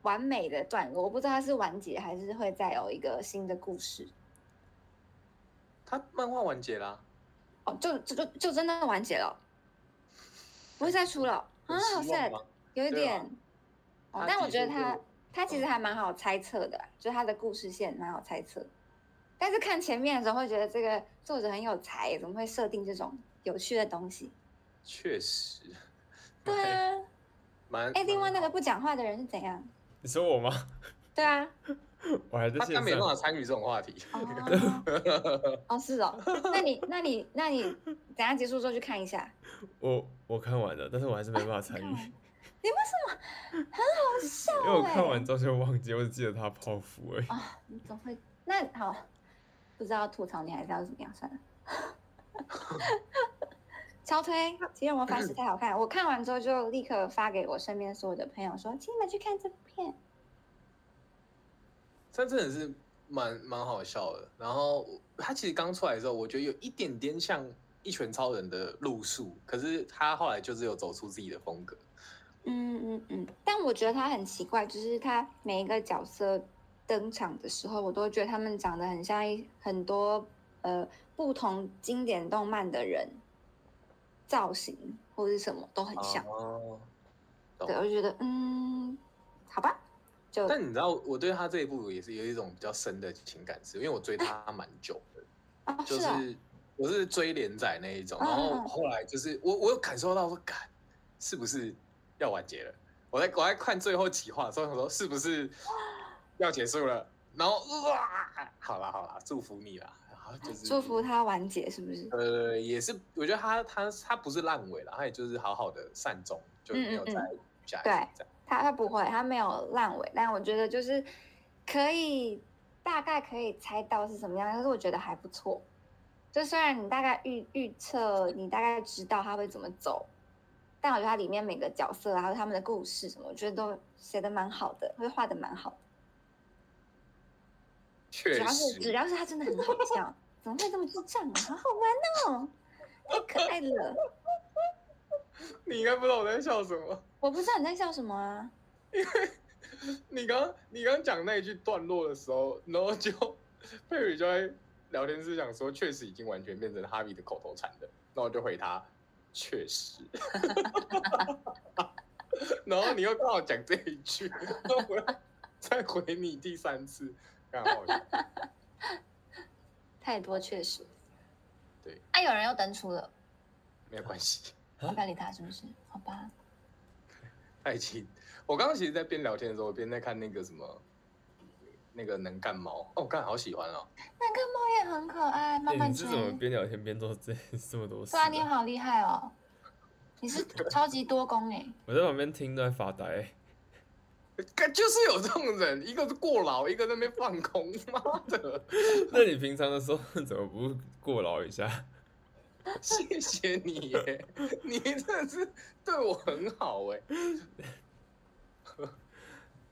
完美的段落，我不知道它是完结还是会再有一个新的故事。
它漫画完结啦。
哦，就就就就真的完结了，不会再出了啊，
有希
好
望
sad，
吗
有一
对啊
点。哦
他，
但我
自己
觉得
就
他
是
他其实还蛮好猜测的，啊就他的故事线蛮好猜测。但是看前面的时候会觉得这个作者很有才，怎么会设定这种有趣的东西？
确实，
对啊，
蛮。
哎，另外
蛮
那个
好
不讲话的人是怎样？
你说我吗？
对啊，
我还在
他
线
他
上，
没办法参与这种啊话题。
哦，哦是哦，那你那你那你等下结束之后去看一下，
我我看完了，但是我还是没办法参与，
好笑
因为我
哎
看完之后就忘记，我只记得他泡芙而已。
你总会那好，不知道吐槽你还是要怎么样算了。 超推《肌肉魔法使》太好看了，我看完之后就立刻发给我身边所有的朋友说，请你们去看这部片。
他真的是蛮蛮好笑的。然后他其实刚出来的时候，我觉得有一点点像一拳超人的路数，可是他后来就是有走出自己的风格。
嗯嗯嗯，但我觉得他很奇怪，就是他每一个角色登场的时候，我都觉得他们长得很像一很多呃不同经典动漫的人，造型或是什么都很像。
哦，
对，我就觉得嗯，好吧，就
但你知道，我对他这一部也是有一种比较深的情感是，因为我追他蛮久的，
啊
就是
啊。
是我是追连载那一种，
嗯
然后
嗯嗯
后来就是我我有感受到说，感是不是要完结了？我在我在看最后企划的时候，想说是不是要结束了？然后哇，好啦好啦，祝福你啦，然后就是
祝福。他完结，是不是？
呃，也是，我觉得他他他不是烂尾了，他也就是好好的善终，就没有
嗯嗯嗯
再下一集这样。
他他不会，他没有烂尾，但我觉得就是可以大概可以猜到是什么样，但是我觉得还不错。就虽然你大概预预测，你大概知道他会怎么走，但我觉得它里面每个角色啊，还有他们的故事什么，我觉得都写的蛮好的，会画的蛮好的。主
确
要是主
实，
要是他真的很好笑，怎么会这么智障啊？好好玩哦，太可爱了。
你应该不知道我在笑什么。
我不知道你在笑什么啊。
你刚你刚讲那一句段落的时候，然后就佩宇就在聊天室讲说，确实已经完全变成哈比的口头禅了。那我就回他，确实。 然后你又刚好讲这一句，那我再回你第三次，刚好笑
太多确实。
对，
啊，有人又登出了，
没有关系。
啊
不该理他是不是？好吧，
他已经，我刚刚其实在边聊天的时候，我边在看那个什么，那个能干猫，哦，我看好喜欢哦。
那个猫也很可爱，慢
哎，
慢
你是
追。啊
怎么边聊天边做这这么多事
对
的？
啊啊，你好厉害哦！你是超级多功哎、
我在旁边听都在发呆、
干就是有这种人，一个是过劳，一个在那边放空，妈的，
那你平常的时候怎么不过劳一下？
谢谢你耶，你真的是对我很好哎。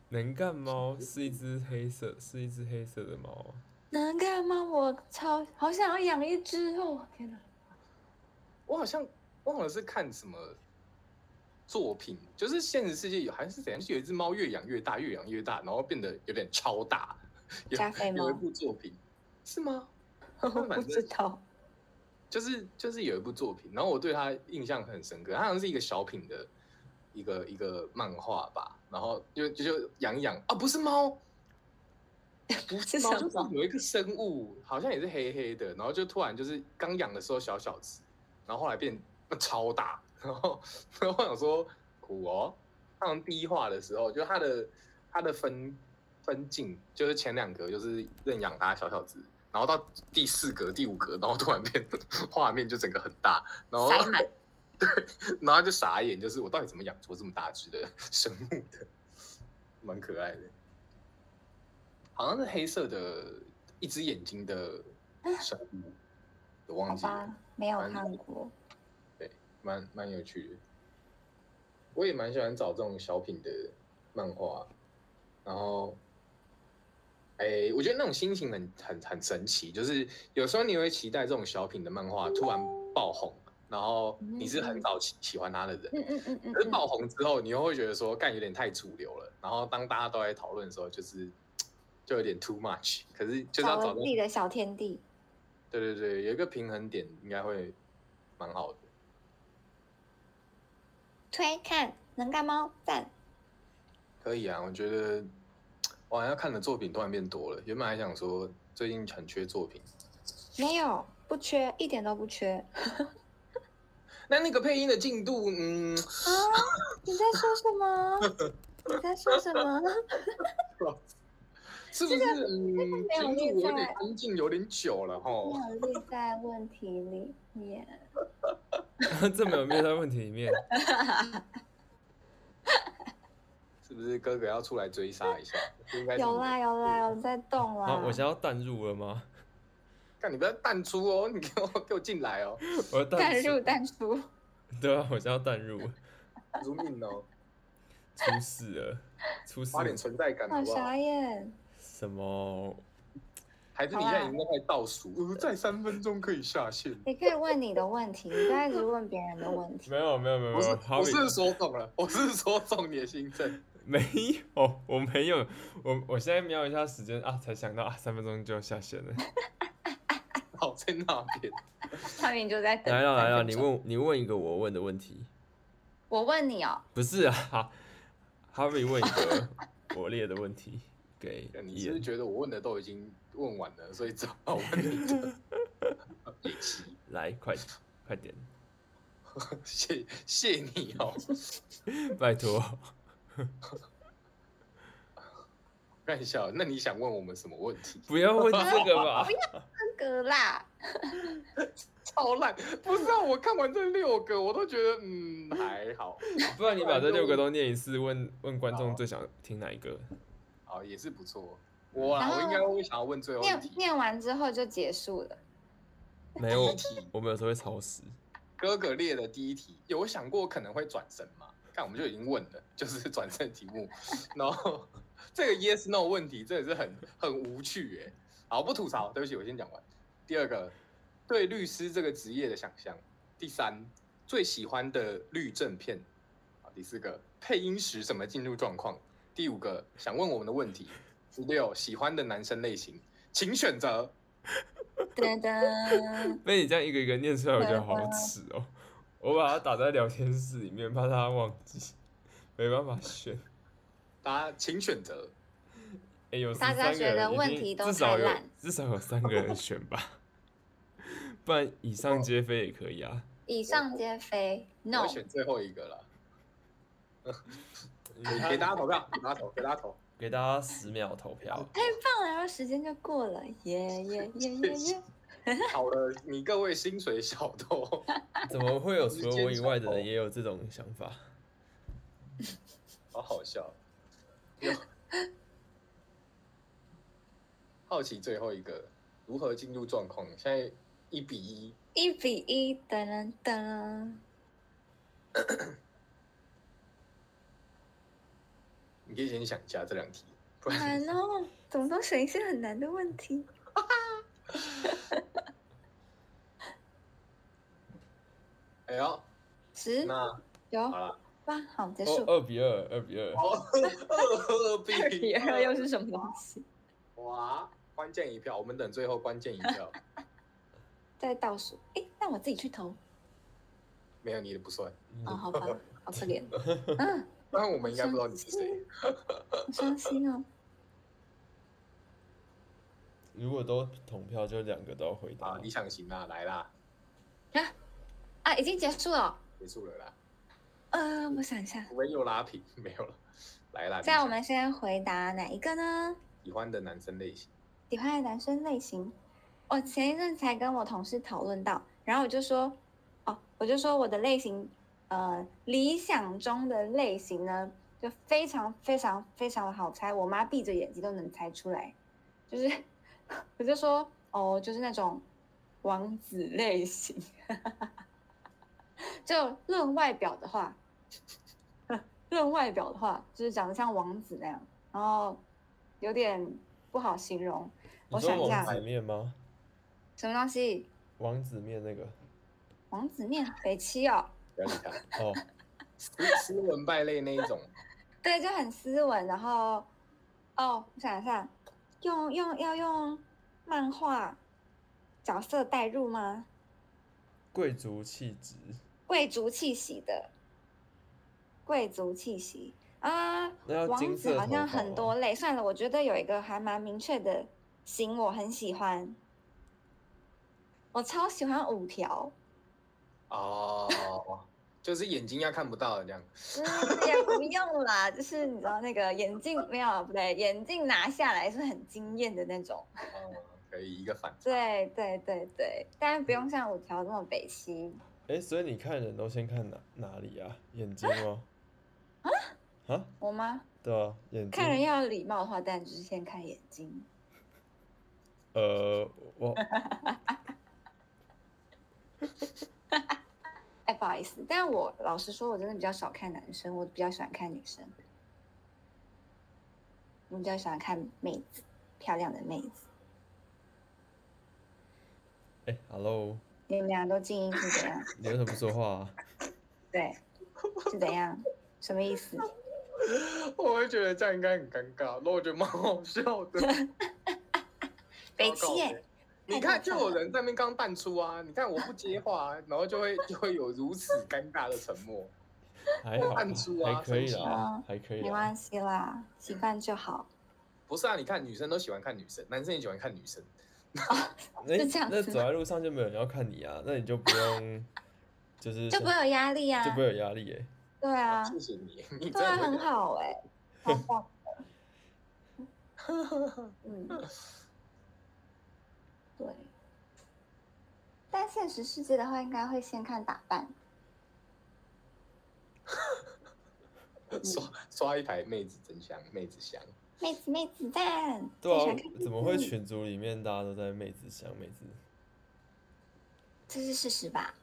能干猫是一只黑色，是一只黑色的猫 啊。
能干吗？我超好想要养一只哦！天哪，
我好像忘了是看什么作品，就是现实世界有还是怎样，就是有一只猫越养越大，越养越大，然后变得有点超大。有
加菲
有一
猫，
部作品是吗？
我
正
不知道。
就是就是有一部作品，然后我对他印象很深刻，它好像是一个小品的一个一个漫画吧，然后就就就养一养啊，不是猫，不
是
猫，
什
就是
么
有一个生物，好像也是黑黑的，然后就突然就是刚养的时候小小只，然后后来变超大，然后然后我想说苦哦，他们第一话的时候，就它的它的分分镜，就是前两格就是认养它小小只，然后到第四格、第五格，然后突然变画面就整个很大，然后
塞 满，
然后就傻眼，就是我到底怎么养出这么大只的生物的，蛮可爱的，好像是黑色的，一只眼睛的生物，我
啊
忘
好
记了
吧。，没有
反正
看过。
蛮蛮有趣的。我也蛮喜欢找这种小品的漫画，然后，哎、我觉得那种心情很很很神奇，就是有时候你会期待这种小品的漫画突然爆红，然后你是很早喜喜欢它的人，
嗯嗯嗯嗯
可是
嗯，
爆红之后，你又会觉得说干有点太主流了，然后当大家都在讨论的时候，就是就有点 too much，可是就是要
找
找
了
到
自己的小天地。
对对对，有一个平衡点应该会蛮好的。
推看能干猫赞，
可以啊，我觉得我好像看的作品突然变多了。原本还想说最近很缺作品，
没有不缺，一点都不缺。
那那个配音的进度，嗯，
啊！你在说什么？ 你在说什么？
是不是嗯
这个
进
没有
度有
力在
点跟进有点久了
没
哈？
有力在问题里面。
这没有面在问题里面，
是不是哥哥要出来追杀一下？应该是
有啦有啦，有在动啦
好，。哦 我想要淡入了吗？
干你不要淡出哦，你给我给我进来哦，
我要淡
淡入，淡出，
对啊，我想要淡入，
如命哦，
出事了，出事
花点
了
存在感好
好
不好
傻？眼。
什么？
还是你现在已经在倒数，呃，再三分钟可以下线。
你可以问你的问题，你不要一直问别人的问题。
没有没有没有
我
没
是
有，好
我是说中了，我是说中你的心声。
没有，我没有，我我现在瞄一下时间啊，才想到啊，三分钟就要下线了。
好在那边，
他明明就在等。
来了来了，你。问你问一个我问的问题，
我问你哦，
不是啊，哈哈维问一个我列的问题给
你
伊
是不是
恩，
觉得我问的都已经问完了，所以只好问你的？
来快快点，
谢谢你哦，
拜托，
看一下，那你想问我们什么问题？
不要问这个吧，
这个啦，
超烂，不是啊！我看完这六个，我都觉得嗯还好，
不然你把这六个都念一次，问问观众最想听哪一个？
好也是不错。我
然
啊，我
后
应该会想要问最后一
念
题。
念完之后就结束了。
没
第
有
一，题，
我们有时候会超时。
哥哥列的第一题，有想过可能会转身吗？看我们就已经问了，就是 转身题目。然后这个 yes no 问题真的是很很无趣哎、好，不吐槽，对不起，我先讲完。第二个，对律师这个职业的想象。第三，最喜欢的律政片。好，第四个，配音时怎么进入状况。第五个，想问我们的问题。第六，喜欢的男生类型，请选择。
噔噔，
被你这样一个一个念出来，我觉得好
嗯
耻哦、 我把它打在聊天室里面，怕大家忘记， 没办法选。
大家请选择。
哎、有
大家
13个
觉得
人已
问
经
题都
至少
太
有
烂
至少有三个 人选吧， 不然以上皆非也可以啊。
以上皆非。
我
No，
会选最后一个了。
你
给大家
看
投票，给大家投，给大家 投。
给 大家十秒投票，
放了，然后时间就过了，耶耶耶耶耶！
讨了你各位薪水小偷。
怎么会有除了我以外
直
的
接
人
嘲
也有这种想法？
好好笑。有好奇最后一个如何进入状况？现在一比一，
一比一，噔噔噔，
你可以先想一下这两题，不然
难哦，怎么都选一些很难的问题？
哎呦，
十
那
九
好了，
八，好，结
哦
束，。
二比二，二比二。
哦，二比
二比二又是什么东西？
哇，关键一票，我们等最后关键一 票，
在倒数，诶，那我自己去投
没有你的不算，
啊、哦，好 吧，好可怜，嗯，
不然我们应该不知道你 是谁。
好伤心哦。
如果都统票，就两个都要回
啊
答，。
理想型啦，来啦，
啊啊，已经结束了。
结束了啦，
呃，我想一下，
除非又拉平， 没有了，来啦。
这样
理想
我们现在回答哪一个呢？
喜欢的男生类型，
喜欢的男生类型，我前一阵才跟我同事讨论到，然后我就说，哦，我就说我的类型，呃，理想中的类型呢，就非常非常非常的好猜，我妈闭着眼睛都能猜出来，就是 我就说，哦，就是那种王子类型， 就论外表的话， 论外表的话，就是长得像王子那样，然后有点不好形容，
你
我
说
想一下
王子面吗？
什么东西？
王子面那个
王子面北七哦，
不要理他，
哦，
斯斯文败类那一种。
对，就很斯文。然后，哦，我想一下，用用要用漫画角色代入吗？
贵族气质，
贵族气息的，贵族气息啊，
那要金
王
色
子好
头
像
发哦
很
吗
多类。算了，我觉得有一个还蛮明确的型，我很喜欢，我超喜欢五条。
哦，就是眼睛要看不到的这样。
嗯，也不用啦， 就是你知道那个眼镜没有不对，眼镜拿下来是很惊艳的那种。
哦，可以一个反差。
对对对对，当然不用像五条这么北西。
哎，所以你看人都先看哪哪里啊？ 眼睛吗？啊？啊？
我吗？
对啊，眼睛。
看人要有礼貌的话，当然就是先看眼睛。
呃，我
哎，不好意思，但我老实说，我真的比较少看男生，我比较喜欢看女生。我比较喜欢看妹子，漂亮的妹子。
哎，hello，
你们俩都静音是怎样？
你为什么不说话 啊？
对，是怎样？什么意思？
我会觉得这样应该很尴尬，那我觉得蛮好笑的。
北
糟糕
七耶，
你
太
看，
过
就
分
有
了
人在那边刚淡出啊，你看我不接话、啊，然后就会就会有如此尴尬的沉默。
还好吧，
按住啊
还可以
生气
啦
啊，
还可以
没
啦
关。系啦，习惯就好。
不是啊，你看女生都喜欢看女生，男生也喜欢看女生。
那
是这样
那
子
走
吗
在路上就没有人要看你啊，那你就不 用，就是
就不会有压力啊
就。不会有压力哎。
对啊，
哦谢谢你，你真
对啊，
的
很
会
好哎、 好棒。嗯，对。
但现实世界的话，应该会先看打扮。
刷
嗯
刷一排妹子真香，妹子香。
妹子，妹子赞！
对
最喜
啊
欢看，
怎么会
嗯
群组里面大家都在妹子想妹子？
这是事实吧？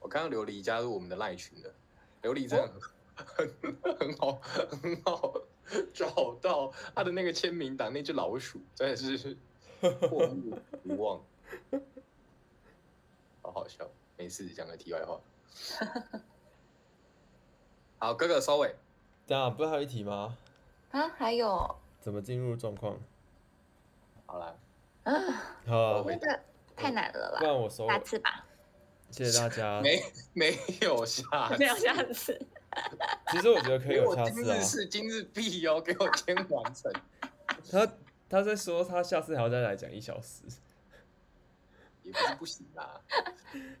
我看到琉璃加入我们的赖群了，琉璃真的
哦
很、 很很好很好找到他的那个签名档那只老鼠，真的是 过目不忘，好好笑。没事，讲个题外 话。好，哥哥收尾。
这样不是还有一题吗？
啊，还有
怎么进入状况？
好啦，
啊，
好啊，
我
这个太难了
不
啦，
然我收
下
尾，
次吧，
谢谢大家。
没没有下次，
没有下次。
其实我觉得可
给
以有
我
下
今
次啊
日。是今日必哦，给我先完成。
他他在说他下次还要再来讲一小时，
也不是不行啦，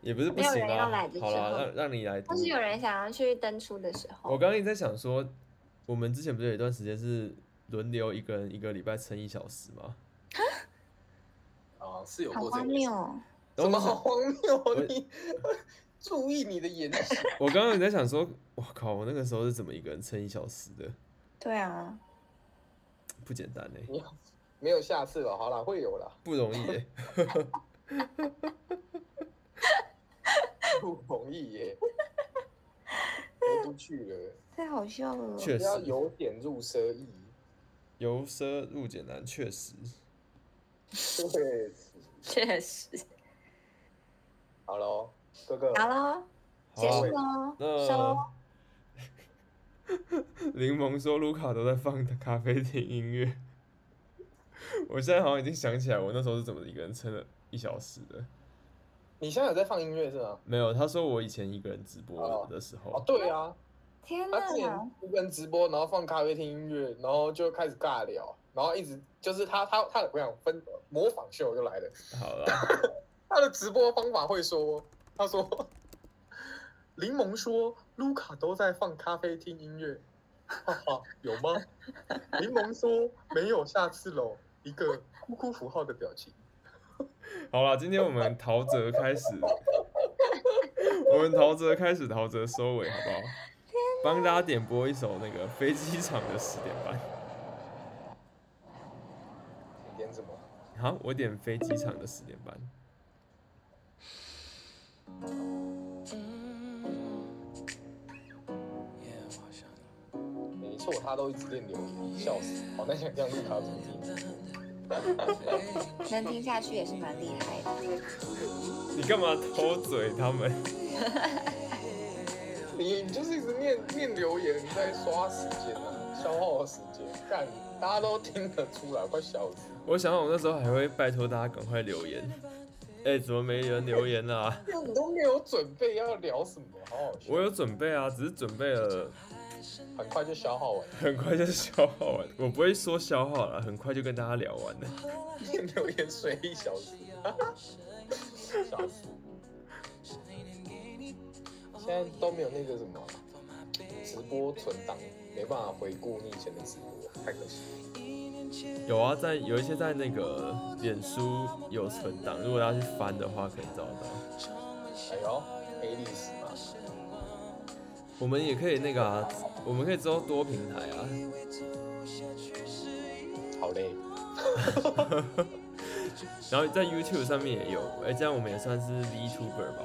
也不是不
没有
行
人要
啊
来的。
好
时
啦，
候
让让你来读
或。是有人 想要去登出的时候
我，刚刚一直在想说，我们之前不是有一段时间是轮流一个人一个礼拜撑一小时吗？
哦，好是有
好
过这
荒
个
谬哦！
怎
然
么
后我
好荒谬哦？
我
你 注意你的言行。
我刚刚也在想说，我靠，我那个时候是怎么一个人撑一小时的？
对啊，
不简单哎、
你好没有下次了，好啦，会有啦。
不容易哎、
不容易耶，回不去了，
太好笑了。
确
要
实
由俭入奢易。
由奢入俭难，确实。
对，
确实。
好喽，哥哥，
好了，
好
结束
啊，
喽。
那柠檬说卢卡都在放咖啡厅音乐， 我现在好像已经想起来我那时候是怎么一个人撑了一小时的。
你现在有在放音乐是吗？
没有，他说我以前一个人直播
哦
的时候，
哦，对啊，
天
他之
哪！
前一个人直播，然后放咖啡厅音乐，然后就开始尬聊，然后一直就是他他他的我想分模仿秀就来了，
好了，
他的直播方法会说，他说， 柠檬说卢卡都在放咖啡厅音乐，哈哈，有吗？柠檬说没有，下次喽，一个哭哭符号的表情。
好了，今天我们陶喆开始，我们陶喆开始，陶喆收尾，好不好？帮大家点播一首那个飞机场的十点半。
你点什么？
好，我点飞机场的十点半。
没错，他都一直练留言，笑死，好难想象卢卡怎么听。
能听下去也是蛮厉害的。
你干嘛偷嘴他们？
你你就是一直念念留言，你在刷时间啊，消耗我时间，干，大家都听得出来，快笑死。
我想我那时候还会拜托大家赶快留言。哎、怎么没人留言啦、啊？
你都没有准备要聊什么，好好笑
我，有准备啊，只是准备了，
很快就消耗完。
很快就消耗完。我不会说消耗了，很快就跟大家聊完了。
留言睡一小时， 笑死！现在都没有那个什么啊直播存档，没办法回顾你以前的直播，太可惜。
有啊，在有一些在那个脸书有存档，如果大家去翻的话，可以找得到。
哎呦，黑历史嘛，
我们也可以那个啊，我们可以之后多平台啊，
好嘞，
然后在 YouTube 上面也有，哎、这样我们也算是 VTuber 吧。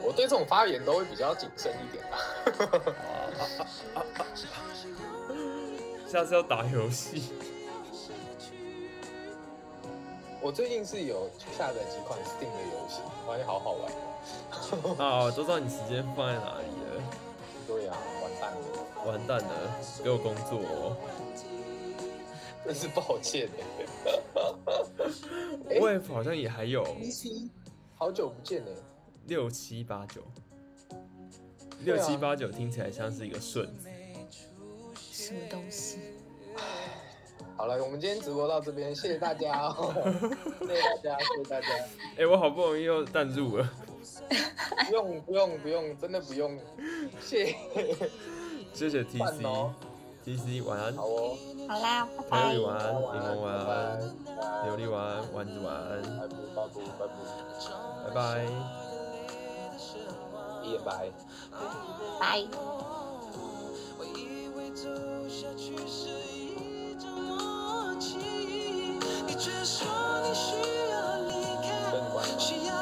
我对这种发言都会比较谨慎一点啦。
下次要打游戏，
我最近是有下载几款 Steam 的游戏，发现好好玩哦。
啊，都知道你时间放在哪里了，
对呀、啊完蛋了，
完蛋了，给我工作哦。
真是抱歉欸哎
w a 好像也还有
PC，好久不见呢、欸
六七八九，
对
六
啊
七八九听起来像是一个顺子。
什么东西？
好了，我们今天直播到这边，谢谢大家、 哦，谢谢大家，谢谢大家。
哎、我好不容易又淡入了，
不用不用不用，真的不用，谢谢。
谢谢 TC，TC、
换哦
TC 晚安。
好哦，
好啦，拜
还
拜
有。晚安，柠
安
檬晚安，
拜
琉璃晚安，丸子晚安，
拜拜拜拜，
拜拜。
也拜。
拜。
我以为走下去是一种默契，你却说你需要离开，需要